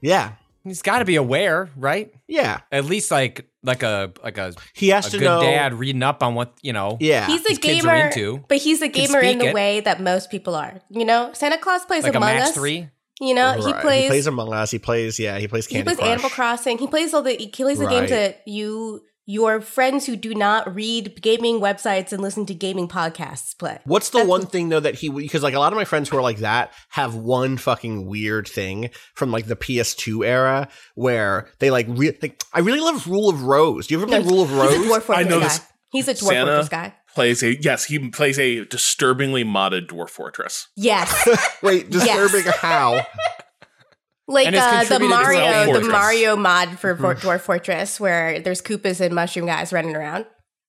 Yeah,
He's got to be aware, right?
yeah.
At least like like a like a,
He has
a
to
good
know.
dad reading up on what you know.
Yeah,
He's a
His kids are
gamer,
into-
but he's a
can
gamer in
speak
the
it.
way that most people are. You know, Santa Claus plays
like a
Among
match
Us.
three.
You know, uh, he
Right.
plays. He plays,
Among Us. He plays. Yeah, he plays Candy Crush.
Animal Crossing. He plays all the. He plays the games
Right.
that you your friends who do not read gaming websites and listen to gaming podcasts play.
What's the one thing though that he because like a lot of my friends who are like that have one fucking weird thing from like the PS2 era where they like, re- like I really love Rule of Rose. Do you ever play Rule
[laughs]
of
He's a
Rose?
dwarf fortress
I know
guy.
this-
He's a dwarf
Santa-
fortress guy.
Plays a yes, he plays a disturbingly modded dwarf fortress.
Yes. [laughs]
Wait, disturbing
Yes.
how?
Like
And it's
uh, the
contributed to
Dwarf
Mario, the
Fortress.
Mario mod
Mm-hmm.
for Vor- Dwarf Fortress, where there's Koopas and mushroom guys running around,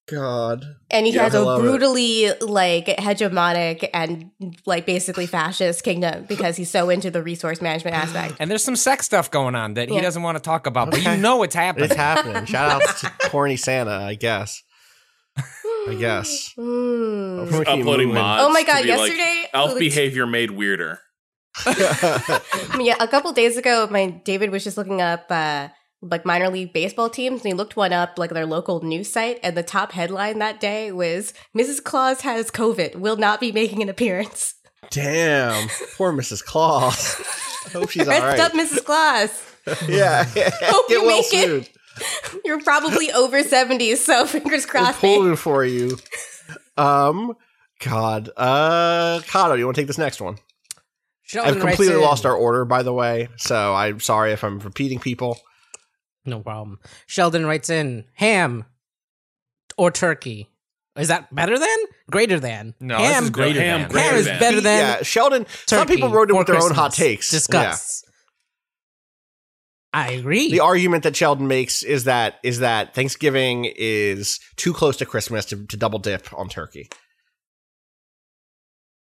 God.
and he
Yeah,
has
I
a
love it.
brutally like hegemonic and like basically fascist kingdom because he's so into the resource management aspect.
And there's some sex stuff going on that he
Yeah.
doesn't want to talk about, but
Okay.
you know it's happening.
It's happening. Shout out [laughs] to Corny Santa, I guess. I
[sighs]
guess.
Mm.
We're keep
uploading
moving.
mods.
Oh my
to
god!
be like,
Yesterday,
elf
like,
behavior made weirder.
I mean, yeah, a couple days ago, my David was just looking up uh, like minor league baseball teams, and he looked one up like their local news site, and the top headline that day was "Mrs. Claus has COVID, will not be making an appearance."
Damn. Poor Mrs.
[laughs]
Claus. I hope she's all
Rest
right.
up, Mrs. Claus.
Yeah. [laughs]
you
Get well
make it.
soon.
You're probably over seventy, so [laughs] fingers
We're
crossed.
pulling for you. Um, God. Uh, Kato, you want to take this next one?
Sheldon
I've
writes
completely
in-
lost our order, by the way. So I'm sorry if I'm repeating people.
No problem. Sheldon writes in ham or turkey. Is that better than? Greater than?
No, this
ham,
is greater
Ham
than.
greater
ham is
than.
better than.
yeah, Sheldon. Some
turkey
people wrote in
for
with their own
Christmas.
hot takes. Yeah.
Discuss. I agree. [laughs]
The argument that Sheldon makes is that is that Thanksgiving is too close to Christmas to, to double dip on turkey.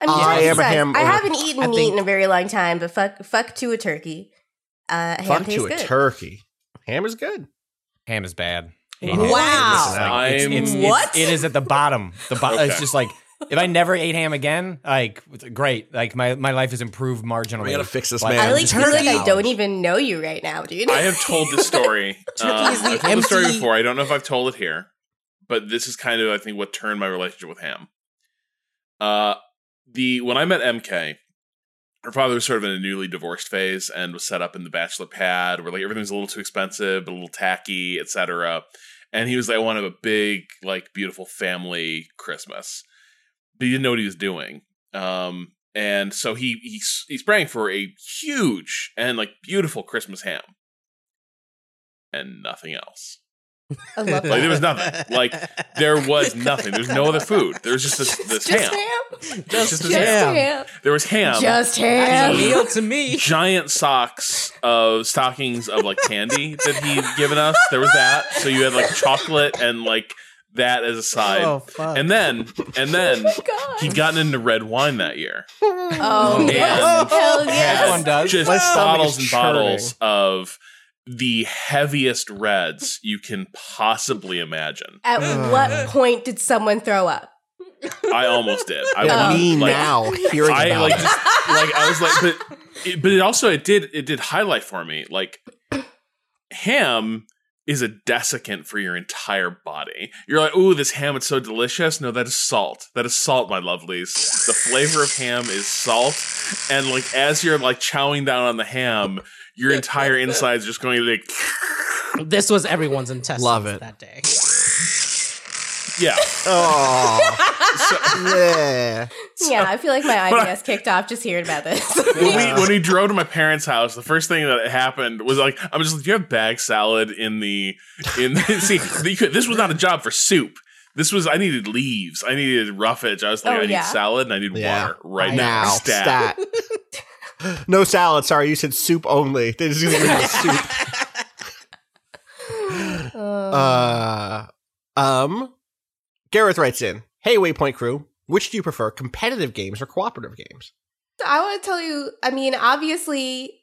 I mean,
I
like you
am a
said,
ham-
I haven't eaten
I
meat
think-
in a very long time, but fuck, fuck to a turkey. Uh, ham
Fuck
tastes
to a
good.
turkey. Ham is good.
Ham is bad.
Wow.
Wow.
It's,
I'm
it's, it's-
What?
it is at the bottom. The bo-
Okay.
It's just like if I never ate ham again, like great. Like my, my life has improved marginally.
We gotta fix this
Like,
man.
I like
just
feel like
because-
I don't even know you right now, dude.
I have told
[laughs]
this story. um,
is the
I've told the story
empty-
before. I don't know if I've told it here, but this is kind of I think what turned my relationship with ham. Uh, the when I met MK, her father was sort of in a newly divorced phase and was set up in the bachelor pad where like everything's a little too expensive, a little tacky, etc. And he was like, I want to have a big, like, beautiful family Christmas. But he didn't know what he was doing. Um, and so he he s- he sprang for a huge and like beautiful Christmas ham and nothing else.
[laughs] I love
Like there
that.
was
[laughs]
nothing. Like there was nothing. There's no other food. There was just this this
Just
ham.
ham.
There was Just, this
Just
ham.
ham.
There was ham.
Just
[laughs]
That's a
ham.
meal to me.
Giant socks of stockings of like candy that he'd given us. There was that. So you had like chocolate and like that as a side.
Oh fuck!
And then and then
God.
he'd gotten into red wine that year.
Oh,
man.
yes. [laughs] Hell yes.
Everyone does.
Just
My stomach
bottles
is
and
churning.
bottles of the heaviest reds you can possibly imagine.
At what point did someone throw up?
I almost did. I
Yeah,
was,
me
like,
now hearing
I
about
like
it.
just like I was like, but it, but it also it did it did highlight for me like ham is a desiccant for your entire body. You're like, ooh, this ham it's so delicious. No, that is salt. That is salt, my lovelies. The flavor of ham is salt, and like as you're like chowing down on the ham, your entire insides just going like,
this was everyone's intestines
Love it.
that day.
yeah. [laughs]
Oh, yeah.
yeah, I feel like my
But I-
IBS kicked off just hearing about this. [laughs]
When we when we drove to my parents' house, the first thing that happened was like I'm just like, do you have bag salad in the in the, [laughs] see you could, this was not a job for soup. This was I needed leaves, I needed roughage. I was like,
Oh,
I need
yeah.
salad and I need
Yeah.
water right now.
now.
Stat.
Stat. no salad. Sorry, you said soup only. They just give me the soup. Uh, um, Gareth writes in, "Hey, Waypoint Crew, which do you prefer, competitive games or cooperative games?"
I want to tell you, I mean, obviously,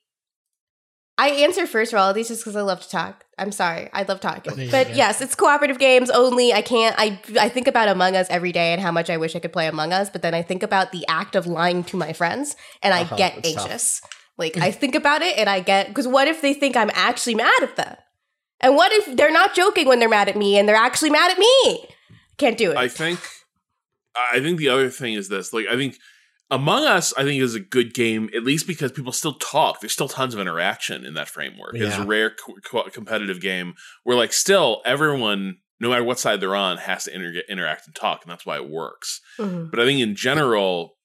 I answer first for all of these just because I love to talk. I'm sorry. I love
There
talking.
you
But
go.
yes, it's cooperative games only. I can't, I, I think about Among Us every day and how much I wish I could play Among Us, but then I think about the act of lying to my friends and I
Uh-huh,
get
it's tough.
anxious. Like, I think about it and I get, because what if they think I'm actually mad at them? And what if they're not joking when they're mad at me and they're actually mad at me? Can't do it.
I think I think the other thing is this. Like I think Among Us, I think is a good game at least because people still talk. There's still tons of interaction in that framework. It's
Yeah.
a rare co- co- competitive game where like still everyone, no matter what side they're on, has to inter- interact and talk, and that's why it works.
Mhm.
But I think in general,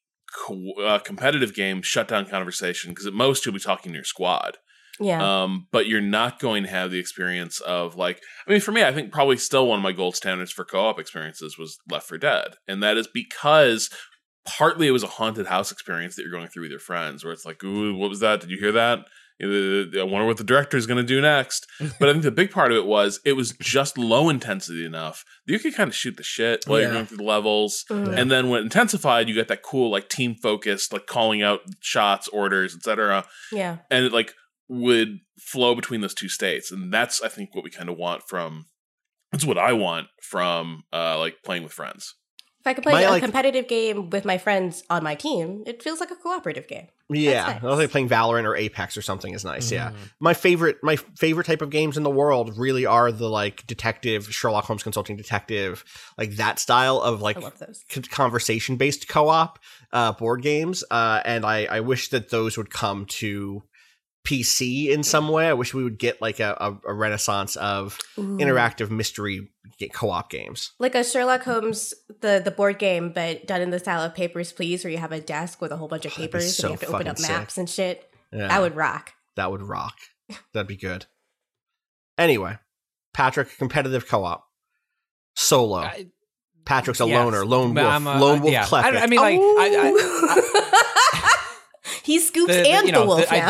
co- uh, competitive games shut down conversation because at most you'll be talking to your squad.
Yeah.
Um, but you're not going to have the experience of like I mean, for me, I think probably still one of my gold standards for co-op experiences was Left for Dead. And that is because partly it was a haunted house experience that you're going through with your friends where it's like, ooh, what was that? Did you hear that? I wonder what the director is going to do next. But I think the big part of it was it was just low intensity enough that you could kind of shoot the shit while you're
Yeah.
going through the levels.
Mhm.
And then when it intensified, you got that cool like team focused, like calling out shots, orders, etc.
Yeah.
And it like would flow between those two states. And that's I think what we kind of want from. That's what I want from uh like playing with friends.
If I could play
My,
a
like-
competitive game with my friends on my team, it feels like a cooperative game.
Yeah,
That's
I was
nice.
like playing Valorant or Apex or something is nice. Yeah,
Mm.
my favorite my favorite type of games in the world really are the like detective Sherlock Holmes consulting detective like that style of like
I love those.
conversation based co op uh, board games, uh, and I I wish that those would come to PC in some way. I wish we would get like a, a, a renaissance of
Ooh.
Hmm.
interactive mystery co op games.
Like a Sherlock Holmes, the the board game, but done in the style of Papers, Please, where you have a desk with a whole bunch of
Oh, that'd be
papers
so
and you have to open
fucking
up
sick.
maps and shit.
Yeah.
That would rock.
that would rock. That'd be good. Anyway, Patrick, competitive co-op, solo.
I-
Patrick's a
yes.
loner, lone
But
wolf,
I'm a- uh,
lone wolf.
yeah.
Klepek.
I, don't- I mean, like, I,
[laughs] he scoops
The- the-
and
you know,
the wolf
the- I-
now.
[laughs]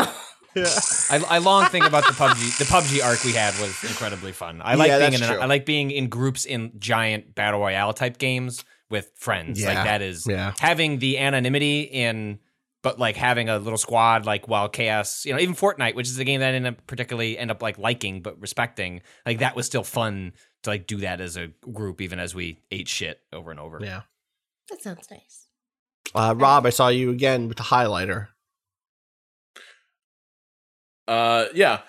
I, I, I long think about the PUBG. The PUBG arc we had was incredibly fun. I like
Yeah,
being in.
that's
An,
true.
I like being in groups in giant battle royale type games with friends.
Yeah.
Like that is [laughs]
yeah,
having the anonymity in, but like having a little squad like while chaos. You know, even Fortnite, which is a game that I didn't particularly end up like liking but respecting. Like that was still fun to like do that as a group, even as we ate shit over and over.
yeah.
[laughs] that sounds nice.
Uh, Rob, I saw you again with the highlighter.
Uh, yeah.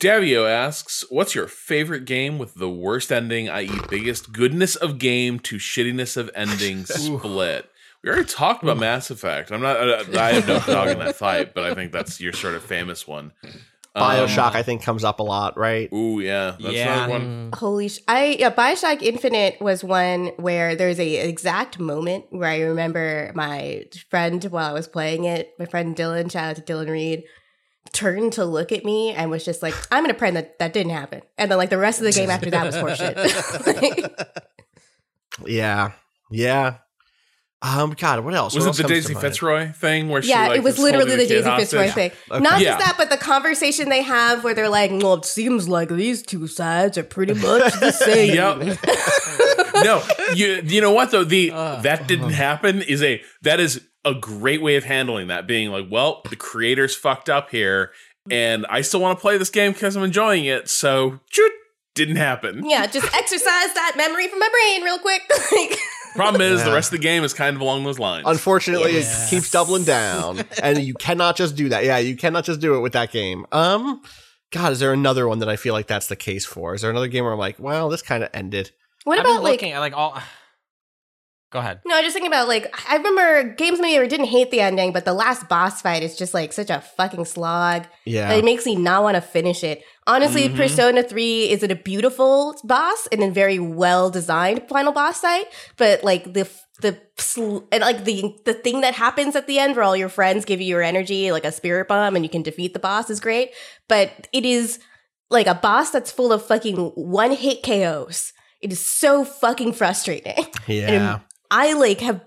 Davio asks, "What's your favorite game with the worst ending, i.e., biggest goodness of game to shittiness of ending split?" We already talked about Mass Effect. I'm not. I, I have no dog in that fight, but I think that's your sort of famous one. Um,
Bioshock, I think, comes up a lot, right?
Ooh, yeah, that's
Yeah.
another one.
Mm.
Holy sh! I yeah, Bioshock Infinite was one where there's a exact moment where I remember my friend while I was playing it, my friend Dylan, shout out to Dylan Reed, turned to look at me and was just like, "I'm gonna pretend that that didn't happen," and then like the rest of the game after that was horseshit. [laughs] Like,
Yeah, yeah. Um, God, what else? What
Was it
else
the
comes to
Daisy
mind?
Fitzroy thing? Where [laughs] she,
yeah,
like,
it was
holding
literally the
kid
Daisy Fitzroy thing.
hostage?
Okay.
Not
Yeah.
just that, but the conversation they have where they're like, "Well, it seems like these two sides are pretty much
[laughs]
the same." [laughs]
Yep. no, you you know what though the
Ah,
that didn't happen is a that is a great way of handling that being like well the creators fucked up here and I still want to play this game because I'm enjoying it so choot, didn't happen.
Yeah, just exercise that memory from my brain real quick. [laughs] Like,
Problem is the
Yeah.
rest of the game is kind of along those lines.
Unfortunately,
Yes.
it keeps doubling down, and you cannot just do that. Yeah, you cannot just do it with that game. Um, God, is there another one that I feel like that's the case for? Is there another game where I'm like, well, this kind of ended?
what
I've been
about like
looking at like all. [sighs] Go ahead.
No, I was just thinking about like I remember games maybe I didn't hate the ending, but the last boss fight is just like such a fucking slog.
Yeah,
that It makes me not want to finish it. Honestly,
Mhm.
Persona 3 is it a beautiful boss and a very well designed final boss fight, but like the f- the sl- and like the the thing that happens at the end where all your friends give you your energy like a spirit bomb and you can defeat the boss is great, but it is like a boss that's full of fucking one hit KOs. It is so fucking frustrating. [laughs]
yeah.
And I like have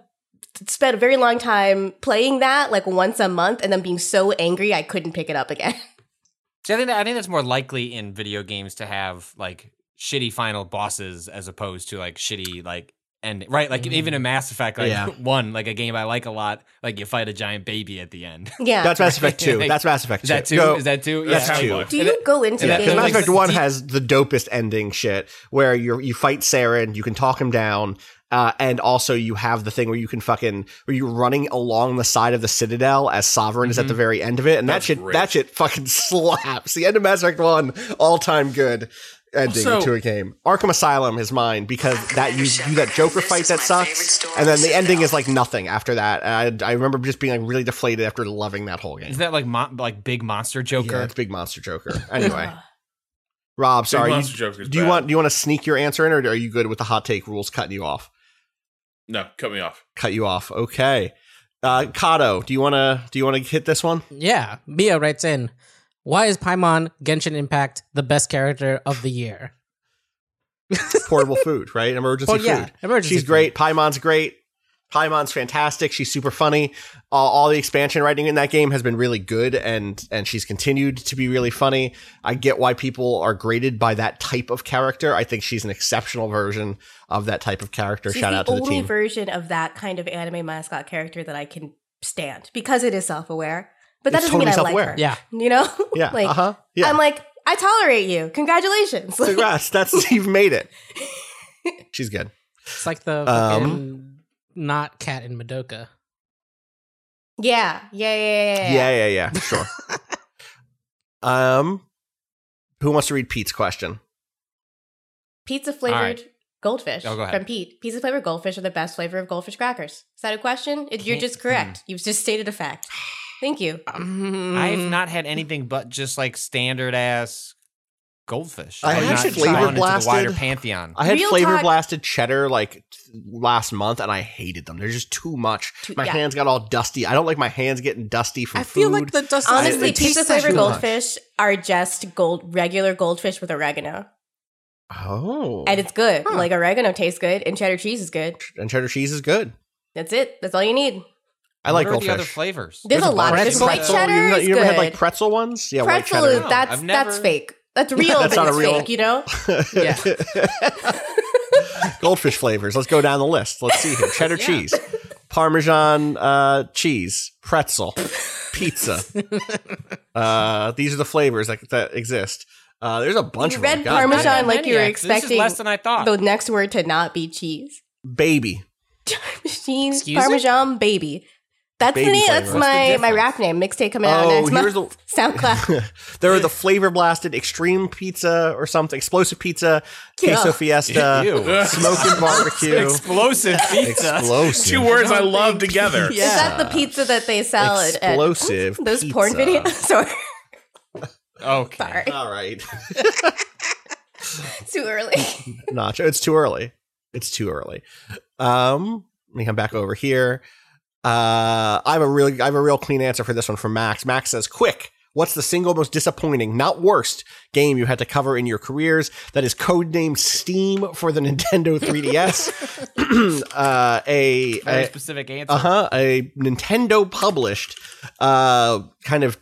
spent a very long time playing that like once a month and then being so angry I couldn't pick it up again. [laughs]
See, I think that, I think that's more likely in video games to have like shitty final bosses as opposed to like shitty like end right like even in Mass Effect like
Mm. Yeah.
[laughs] one like a game I like a lot like you fight a giant baby at the end.
yeah.
That's Mass Effect Two.
Like,
That's Mass Effect
Is that two?
Go-
Is that two?
That's
yeah.
two.
Do you go into
and that-
Because
games?
Mass
like-
Effect One has the dopest ending shit, where you you fight Saren, you can talk him down, uh, and also you have the thing where you can fucking where you're running along the side of the Citadel as Sovereign is at the very end of it, and
Mm-hmm. That's
that shit
great.
that shit fucking [laughs] slaps. The end of Mass Effect One, all time good ending
Also-
to a game. Arkham Asylum is mine because that you do that Joker fight that sucks, and then the ending is like nothing after that. And I, I remember just being like really deflated after loving that whole game.
Is that like mo- like big monster Joker?
Yeah, it's Big Monster Joker. Anyway. Rob,
Big
sorry. you-
Monster Joker's
do you
bad.
want do you want to sneak your answer in, or are you good with the hot take rules cutting you off?
No, cut me off.
Cut you off. Okay. Uh Kato, do you want to do you want to hit this one?
Yeah, Mia writes in, "Why is Paimon Genshin Impact the best character of the year?"
Portable food, right? Emergency
Well, yeah,
food.
emergency
She's
food.
great. Paimon's great. Paimon's fantastic. She's super funny. Uh, all the expansion writing in that game has been really good, and and she's continued to be really funny. I get why people are graded by that type of character. I think she's an exceptional version of that type of character.
She's
Shout
the
out to the
only
team.
version of that kind of anime mascot character that I can stand because it is self aware. But that
It's
doesn't mean
totally
I like
self-aware.
her.
Yeah.
You know?
yeah.
[laughs] like
uh huh. Yeah.
I'm like, I tolerate you. Congratulations. [laughs] Like,
Congrats. That's [laughs] you've made
[laughs]
it. She's good.
It's like the
Um,
fucking not cat in Madoka.
yeah, yeah, yeah, yeah, yeah.
Yeah, yeah, yeah.
[laughs]
Sure. um, who wants to read Pete's question?
Pizza flavored
All right.
goldfish
Oh, go ahead.
from Pete. Pizza flavored goldfish are the best flavor of goldfish crackers. Is that a question? It, you're just
Hmm.
correct. You've just stated a fact. Thank you.
I've
Mm.
not had anything but just like standard ass goldfish.
I
have
had
not
flavor
gone into
blasted-
the wider pantheon.
I had
Real
flavor
talk-
blasted cheddar like t- last month, and I hated them. They're just too much.
Too-
my
yeah.
hands got all dusty. I don't like my hands getting dusty from
I feel
food.
like the dust.
Honestly,
they taste
pizza
like
flavored
too much.
goldfish are just gold regular goldfish with oregano.
oh,
And
and,
it's good.
Huh.
Like oregano tastes good and cheddar cheese is good.
cheddar cheese is good.
That's it. That's all you need.
I like
what are
goldfish.
the other flavors?
There's,
There's
a lot.
bunch.
There's
Pretzel-
white
pretzel-
cheddar.
you, know-
is
you ever
good.
had like pretzel ones? Yeah,
pretzel
white
is
cheddar.
No,
that's
I've
that's
never-
fake.
[laughs]
That's real.
That's
but
not a
it's
real-
Fake, you know.
Yeah.
goldfish flavors. Let's go down the list. Let's see here:
[laughs]
cheddar cheese, Parmesan uh, cheese, pretzel, pizza.
[laughs]
Uh, these are the flavors that, that exist. Uh, there's a bunch
You
of
read
them. God,
Parmesan
man.
like you were
Maniacs. This is
expecting
less than I thought.
The next word to not be cheese.
baby.
[laughs] Cheese
Excuse
Parmesan baby. That's
Baby
the name.
flavor.
That's
What's
my
the
my
difference?
rap name. Mixtape coming out
Oh,
next month.
here's
[laughs]
[laughs]
SoundCloud.
there are the flavor blasted extreme pizza or something, explosive pizza, queso [laughs]
Yeah.
fiesta,
Ew.
smoking barbecue,
Explosive pizza.
explosive,
Two words I love together.
Is that the pizza that they sell at, at
explosive.
those porn
pizza.
videos? [laughs] Sorry,
Okay.
sorry,
All [laughs] right,
too early.
Nacho. It's too early. It's too early. Um, let me come back over here. Uh, I have a really, I have a real clean answer for this one from Max. Max says, "Quick, what's the single most disappointing, not worst, game you had to cover in your careers? That is codenamed Steam for the [laughs] Nintendo 3DS. [clears throat] uh, a,
Very
a
specific answer.
uh huh, a Nintendo published uh, kind of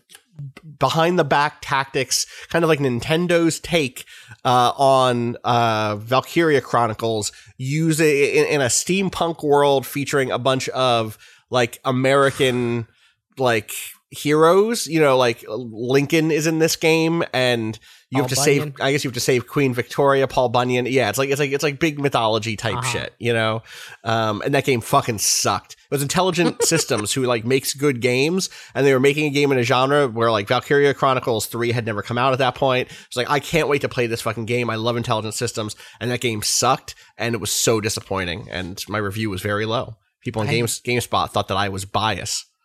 behind the back tactics, kind of like Nintendo's take uh, on uh, Valkyria Chronicles, use a, in, in a steampunk world featuring a bunch of like American like heroes. You know, like Lincoln is in this game, and you
Paul
have to
Bunyan.
save. I guess you have to save Queen Victoria, Paul Bunyan. Yeah, it's like it's like it's like big mythology type
Uh-huh.
shit. You know, um, and that game fucking sucked. It was
[laughs]
Intelligent Systems who like makes good games, and they were making a game in a genre where like Valkyria Chronicles Three had never come out at that point. It's like I can't wait to play this fucking game. I love Intelligent Systems, and that game sucked, and it was so disappointing. And my review was very low. People in
I-
Games Gamespot thought that I was biased.
[laughs]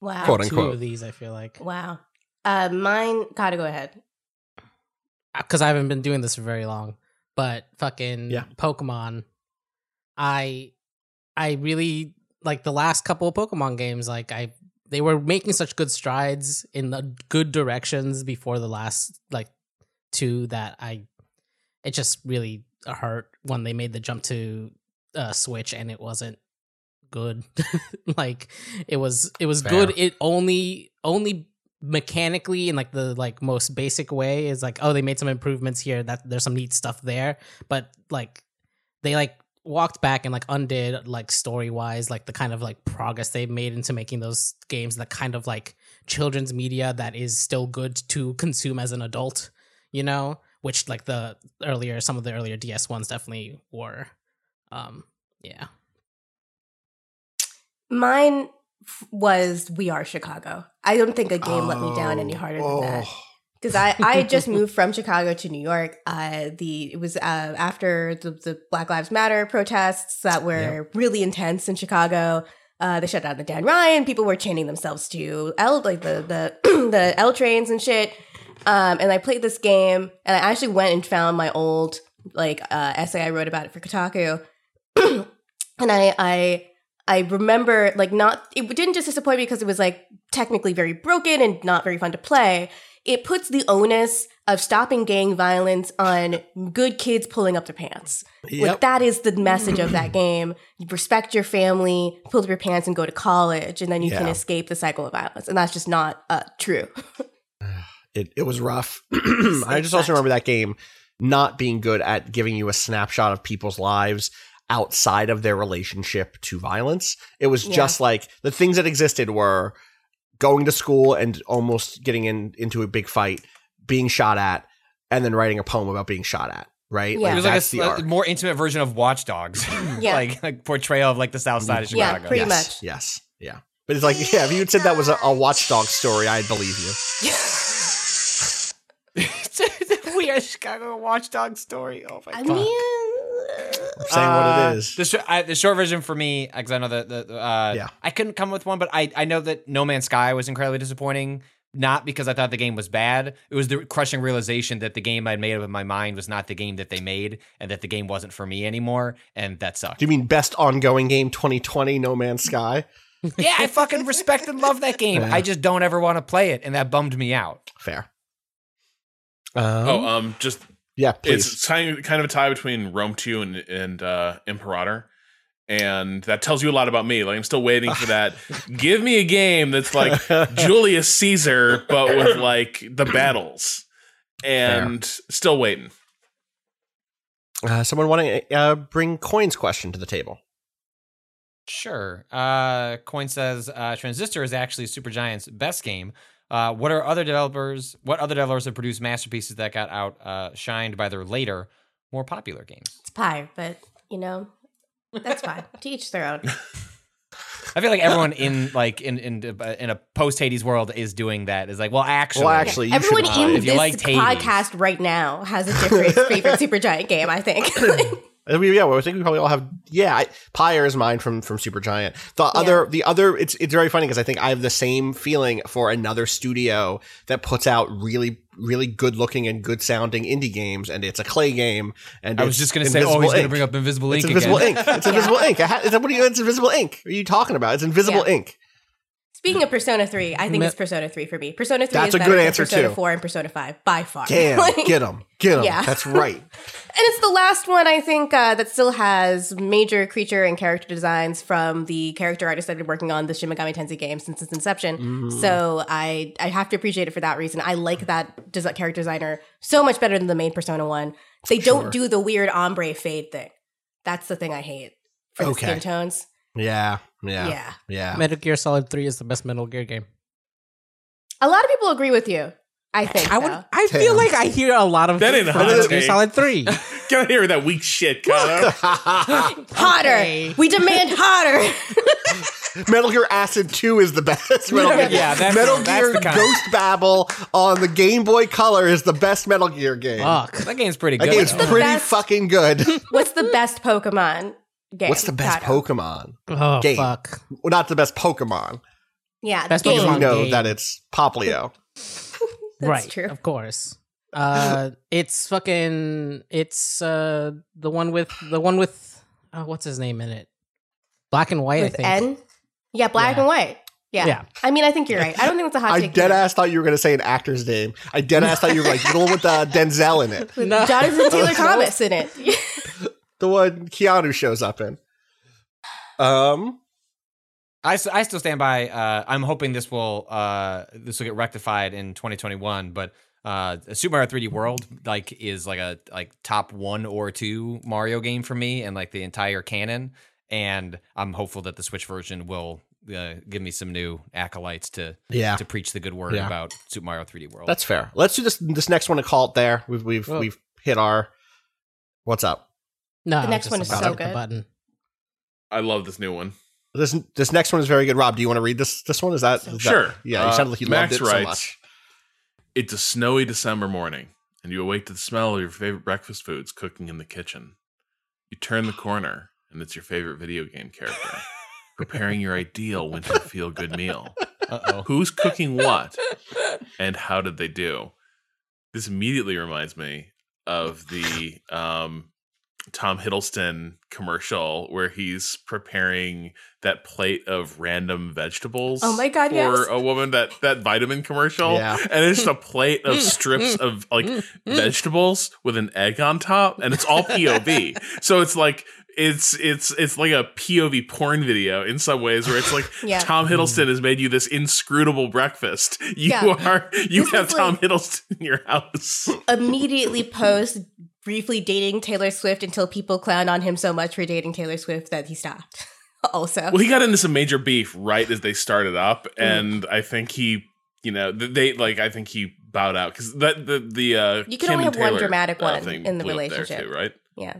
Wow,
Quote
Two
unquote.
of these, I feel like,
wow. Uh, mine gotta go ahead.
because I haven't been doing this for very long. But fucking
Yeah.
Pokemon, I, I really like the last couple of Pokemon games. Like I, they were making such good strides in the good directions before the last like two that I, it just really hurt when they made the jump to uh, Switch and it wasn't good. [laughs] like it was, it was
Fair.
good. It only, only mechanically in like the like most basic way is like oh they made some improvements here that there's some neat stuff there but like they like walked back and like undid like story wise like the kind of like progress they've made into making those games that kind of like children's media that is still good to consume as an adult you know which like the earlier some of the earlier ds ones definitely were um yeah
Mine f- was We Are Chicago. I don't think a game let me down any harder than that. because I, I had just moved from Chicago to New York. Uh, the it was uh, after the, the Black Lives Matter protests that were really intense in Chicago. Uh, they shut down the Dan Ryan. People were chaining themselves to L like the the [clears throat] the L trains and shit. Um, and I played this game, and I actually went and found my old like uh, essay I wrote about it for Kotaku. [clears throat] and I I I remember like not it didn't just disappoint me because it was like technically very broken and not very fun to play it puts the onus of stopping gang violence on good kids pulling up their pants. Like
Yep.
that is the message of that game. You respect your family, pull up your pants, and go to college, and then you can
Yeah.
escape the cycle of violence. And that's just not uh, true.
it, it was rough. [clears throat] I just also remember that game not being good at giving you a snapshot of people's lives outside of their relationship to violence. It was
Yeah.
just like the things that existed were going to school and almost getting in into a big fight, being shot at, and then writing a poem about being shot at. Right?
Yeah.
It
It
was like a
that's
s- a,
the arc.
more intimate version of Watch Dogs,
Yeah.
[laughs] like, like portrayal of like the South Side of
Yeah,
Chicago.
pretty
yes,
much.
Yes. Yeah. But it's like, yeah, if you had said that was a, a watchdog story, I'd believe you.
it's a weird Chicago Watch Dogs story. Oh my
I
god.
mean, uh,
I'm saying what
Uh,
it is.
The, shor- I, the short version for me, because I know that the, uh,
Yeah.
I couldn't come with one, but I, I know that No Man's Sky was incredibly disappointing. Not because I thought the game was bad. It was the crushing realization that the game I'd made up in my mind was not the game that they made and that the game wasn't for me anymore. And that sucked.
Do you mean best ongoing game 2020, No Man's Sky?
yeah, I fucking respect and love that
[laughs]
game.
Yeah.
I just don't ever want to play it. And that bummed me out.
Fair.
oh, um, just
yeah, please.
it's kind kind of a tie between Rome Two and and uh, Imperator, and that tells you a lot about me. Like I'm still waiting for [laughs] that. Give me a game that's [laughs] like
[laughs]
Julius Caesar, but with like the battles, and still waiting.
Uh, someone want to uh, bring Coin's question to the
[laughs]
table.
Sure. Uh, Coin says uh, Transistor is actually Supergiant's best game. Uh, what are other developers? What other developers have produced masterpieces that got out uh, shined by their later, more popular games?
it's pie, but you know, that's fine. to each their own.
I feel like
[laughs]
everyone in like in in uh, in a post Hades world is doing that. Is like, well, actually,
Well, actually, you
Everyone
should
in
If you
this
liked Hades.
podcast right now has a different
[laughs]
favorite Supergiant game, I think. [laughs]
Uh, we- yeah, well, I think we probably all have. Yeah, I, Pyre is mine from from Supergiant. The other, the other, it's it's very funny because I think I have the same feeling for another studio that puts out really, really good looking and good sounding indie games, and it's a clay game. And
I was
it's
just gonna say,
Invisible
oh, he's gonna
Ink.
bring up Invisible Ink
It's invisible
again.
ink.
[laughs]
It's invisible ink. I ha- it's, what are you? It's invisible ink. What are you talking about? It's invisible
Yeah.
ink.
Speaking of Persona 3, I think it's Persona 3 for me. Persona 3
That's
is
a
better
good
than
answer,
Persona
too.
4 and Persona 5 by far.
Damn,
[laughs] Like-
get him, get him.
Yeah.
That's
[laughs]
right.
And it's the last one I think uh, that still has major creature and character designs from the character artist I've been working on the Shin Megami Tensei game since its inception.
Mm-hmm.
So I I have to appreciate it for that reason. I like that des- character designer so much better than the main Persona one. They don't do the weird ombre fade thing. That's the thing I hate for the
Okay.
skin tones.
Yeah, yeah, yeah.
yeah.
Metal Gear Solid Three is the best Metal Gear game.
A lot of people agree with you. I think.
I
I
would. I
Damn.
feel like I hear a lot of
That
things
ain't
from
hot
Metal Gear
take.
Solid Three.
Get out of here with that weak shit, Kyle.
hotter.
Okay.
We demand hotter.
[laughs]
[laughs]
Metal Gear Acid 2 is the best. Metal Gear,
Yeah, that's-
Metal
that's
Gear
the kind.
Ghost Babel on the Game Boy Color is the best Metal Gear game.
[laughs] Fuck.
That game's pretty
that
good.
game's
though.
pretty
best-
fucking
[laughs]
good.
What's the best Pokemon game?
What's the best
Tato?
Pokemon?
Oh
Game.
fuck.
Well, not the best Pokemon.
Yeah,
Best
game.
Pokemon
We know
game.
that it's Poplio.
That's
right.
true.
Of course.
[laughs]
Uh, it's fucking. It's uh the one with the one with uh, what's his name in it? Black and white. I
with
think.
N. Yeah, black
Yeah.
and white. Yeah.
Yeah.
I mean, I think you're right. I don't think it's a hot
I
take.
dead ass thought you were going to say an actor's name. I dead ass thought you were like the one with uh, Denzel in it.
No.
[laughs]
Jonathan Taylor Thomas in it. [laughs]
The one Keanu shows up in. Um,
I, s- I still stand by. Uh, I'm hoping this will uh, this will get rectified in 2021. But uh, Super Mario 3D World like is like a like top one or two Mario game for me, and like the entire canon. And I'm hopeful that the Switch version will uh, give me some new acolytes to
yeah.
to preach the good word
Yeah.
about Super Mario 3D World.
That's fair. Let's do this this next one to call it there. We've we've
Well-
we've hit our what's up.
No,
The next
just
one is
about
so
to hit the
good.
Button.
I love this new one.
This this next one is very good. Rob, do you want to read this this one? Is that is that-
Sure.
yeah, you
Uh,
sounded like you
Max
loved it so
writes,
much.
It's a snowy December morning, and you awake to the smell of your favorite breakfast foods cooking in the kitchen. You turn the corner, and it's your favorite video game character preparing your ideal winter feel good meal.
Uh oh.
[laughs] Who's cooking what, and how did they do? This immediately reminds me of the um, Tom Hiddleston commercial where he's preparing that plate of random vegetables.
Oh my God,
For
yes.
a woman that that vitamin commercial,
Yeah.
and it's just a plate of strips of like
[laughs]
vegetables with an egg on top, and it's all POV. so it's like it's it's it's like a POV porn video in some ways where it's like
Yeah.
Tom Hiddleston has made you this inscrutable breakfast. You
Yeah.
are you
This
have
is
Tom
like-
Hiddleston in your house.
immediately post briefly dating Taylor Swift until people clown on him so much for dating Taylor Swift that he stopped. [laughs] also,
Well, he got into some major beef right as they started up,
Mm.
and I think he, you know, th- they like I think he bowed out because that the the uh,
You can
Kim
only
and
have one
Taylor,
dramatic
uh,
one
thing
in the
blew up there
relationship.
too, right?
yeah.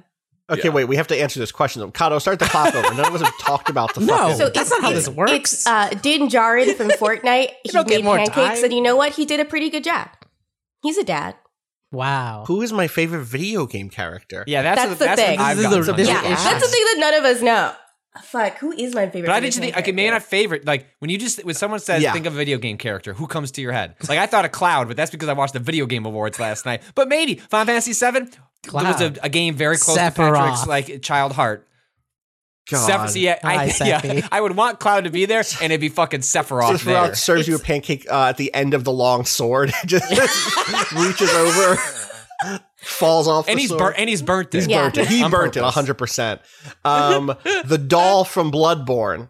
Okay,
Yeah.
wait, we have to answer this question though. Kato, start the clock over. None of us have talked about the
No.
fucking
So That's not how this works.
It's uh, Din Djarin
[laughs]
from Fortnite. he
don't get
made
more
pancakes,
time.
and you know what? He did a pretty good job. He's a dad.
Wow.
who is my favorite video game character?
Yeah, that's,
That's the
that's
thing.
What I've
This is
gotten
the-
from
this
it.
is
yeah,
Ash.
that's the thing that none of us know. Fuck, who is my favorite?
But I
video
didn't
game
think okay, maybe not
character?
favorite. Like when you just when someone says
Yeah.
think of a video game character, who comes to your head? Like I thought a cloud, but that's because I watched the video game awards last night. But maybe Final Fantasy VII was a,
Cloud.
a game very close to
Sephiroth.
Patrick's like child heart.
God.
Seph- so yeah, I,
Hi,
[laughs] yeah,
Sephi.
I would want Cloud to be there, and it'd be fucking Sephiroth.
Just Rock serves you a pancake uh, at the end of the long sword. [laughs] just reaches over, falls off.
there. And
the
he's
sword.
burnt. And he's burnt. It.
He's Yeah. burnt
burnt it. He
on
burnt it
purpose.
100. percent Um, The doll from Bloodborne.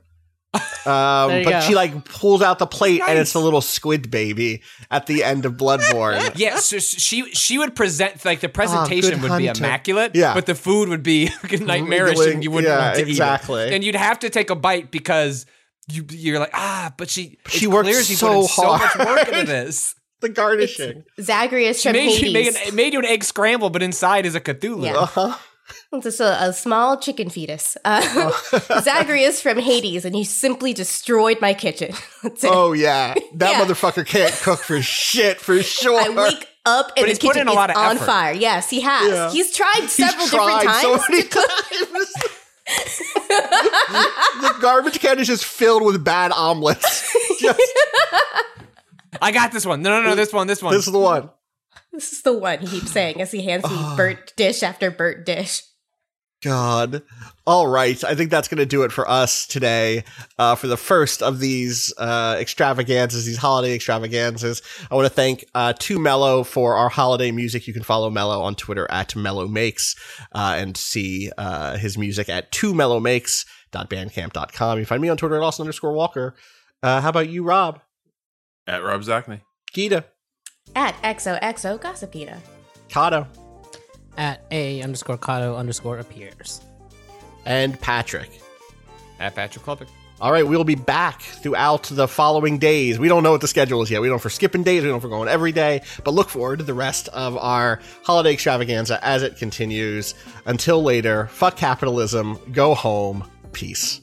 There
Um,
you
but
go.
she like pulls out the plate and it's
Nice.
a little squid baby at the end of Bloodborne.
[laughs] Yeah, so she she would present like the presentation
Ah, good
would be
hunter.
immaculate,
Yeah.
but the food would be [laughs] nightmarish
Wriggling,
and you wouldn't
yeah,
want to eat
exactly.
it. And you'd have to take a bite because you you're like ah, but she
She
it's
worked
clear she
so
put in so much work
hard. [laughs]
into this.
the garnishing.
Zagreus
She
from
made,
Hades.
she made, an, it made you an egg scramble, but inside is a Cthulhu.
Yeah.
Uh huh.
[laughs] It's just a, a small chicken fetus. Uh,
Oh.
[laughs] Zagreus from Hades, and he simply destroyed my kitchen. [laughs] That's it.
Oh yeah, that
Yeah.
motherfucker can't cook for shit for sure.
I wake up and the
he's put
kitchen
in a
is
lot of
on
effort.
fire. Yes, he has.
Yeah.
He's tried
He's
several
tried
different
so
times.
many times. the garbage can is just filled with bad
[laughs]
omelets. Just,
I got this one. No, no, no, this one, this one.
this is the one.
This is the one he keeps saying as he hands
[sighs]
me burnt dish after burnt dish.
God. All right. I think that's going to do it for us today uh, for the first of these uh, extravaganzas, these holiday extravaganzas. I want to thank uh, To Mellow for our holiday music. You can follow Mellow on Twitter at Mellow Makes uh, and see uh, his music at Two Mellow Makes.bandcamp.com. You can find me on Twitter at Austin underscore Walker. Uh, how about you, Rob?
At Rob Zachney.
Gita?
At XOXO Gossipina.
Kato?
At a underscore Kato underscore appears.
And Patrick.
At Patrick Klubik.
All right, we'll be back throughout the following days. We don't know what the schedule is yet. We don't know if we're skipping days. We don't know if we're going every day. But look forward to the rest of our holiday extravaganza as it continues. Until later, fuck capitalism. Go home. Peace.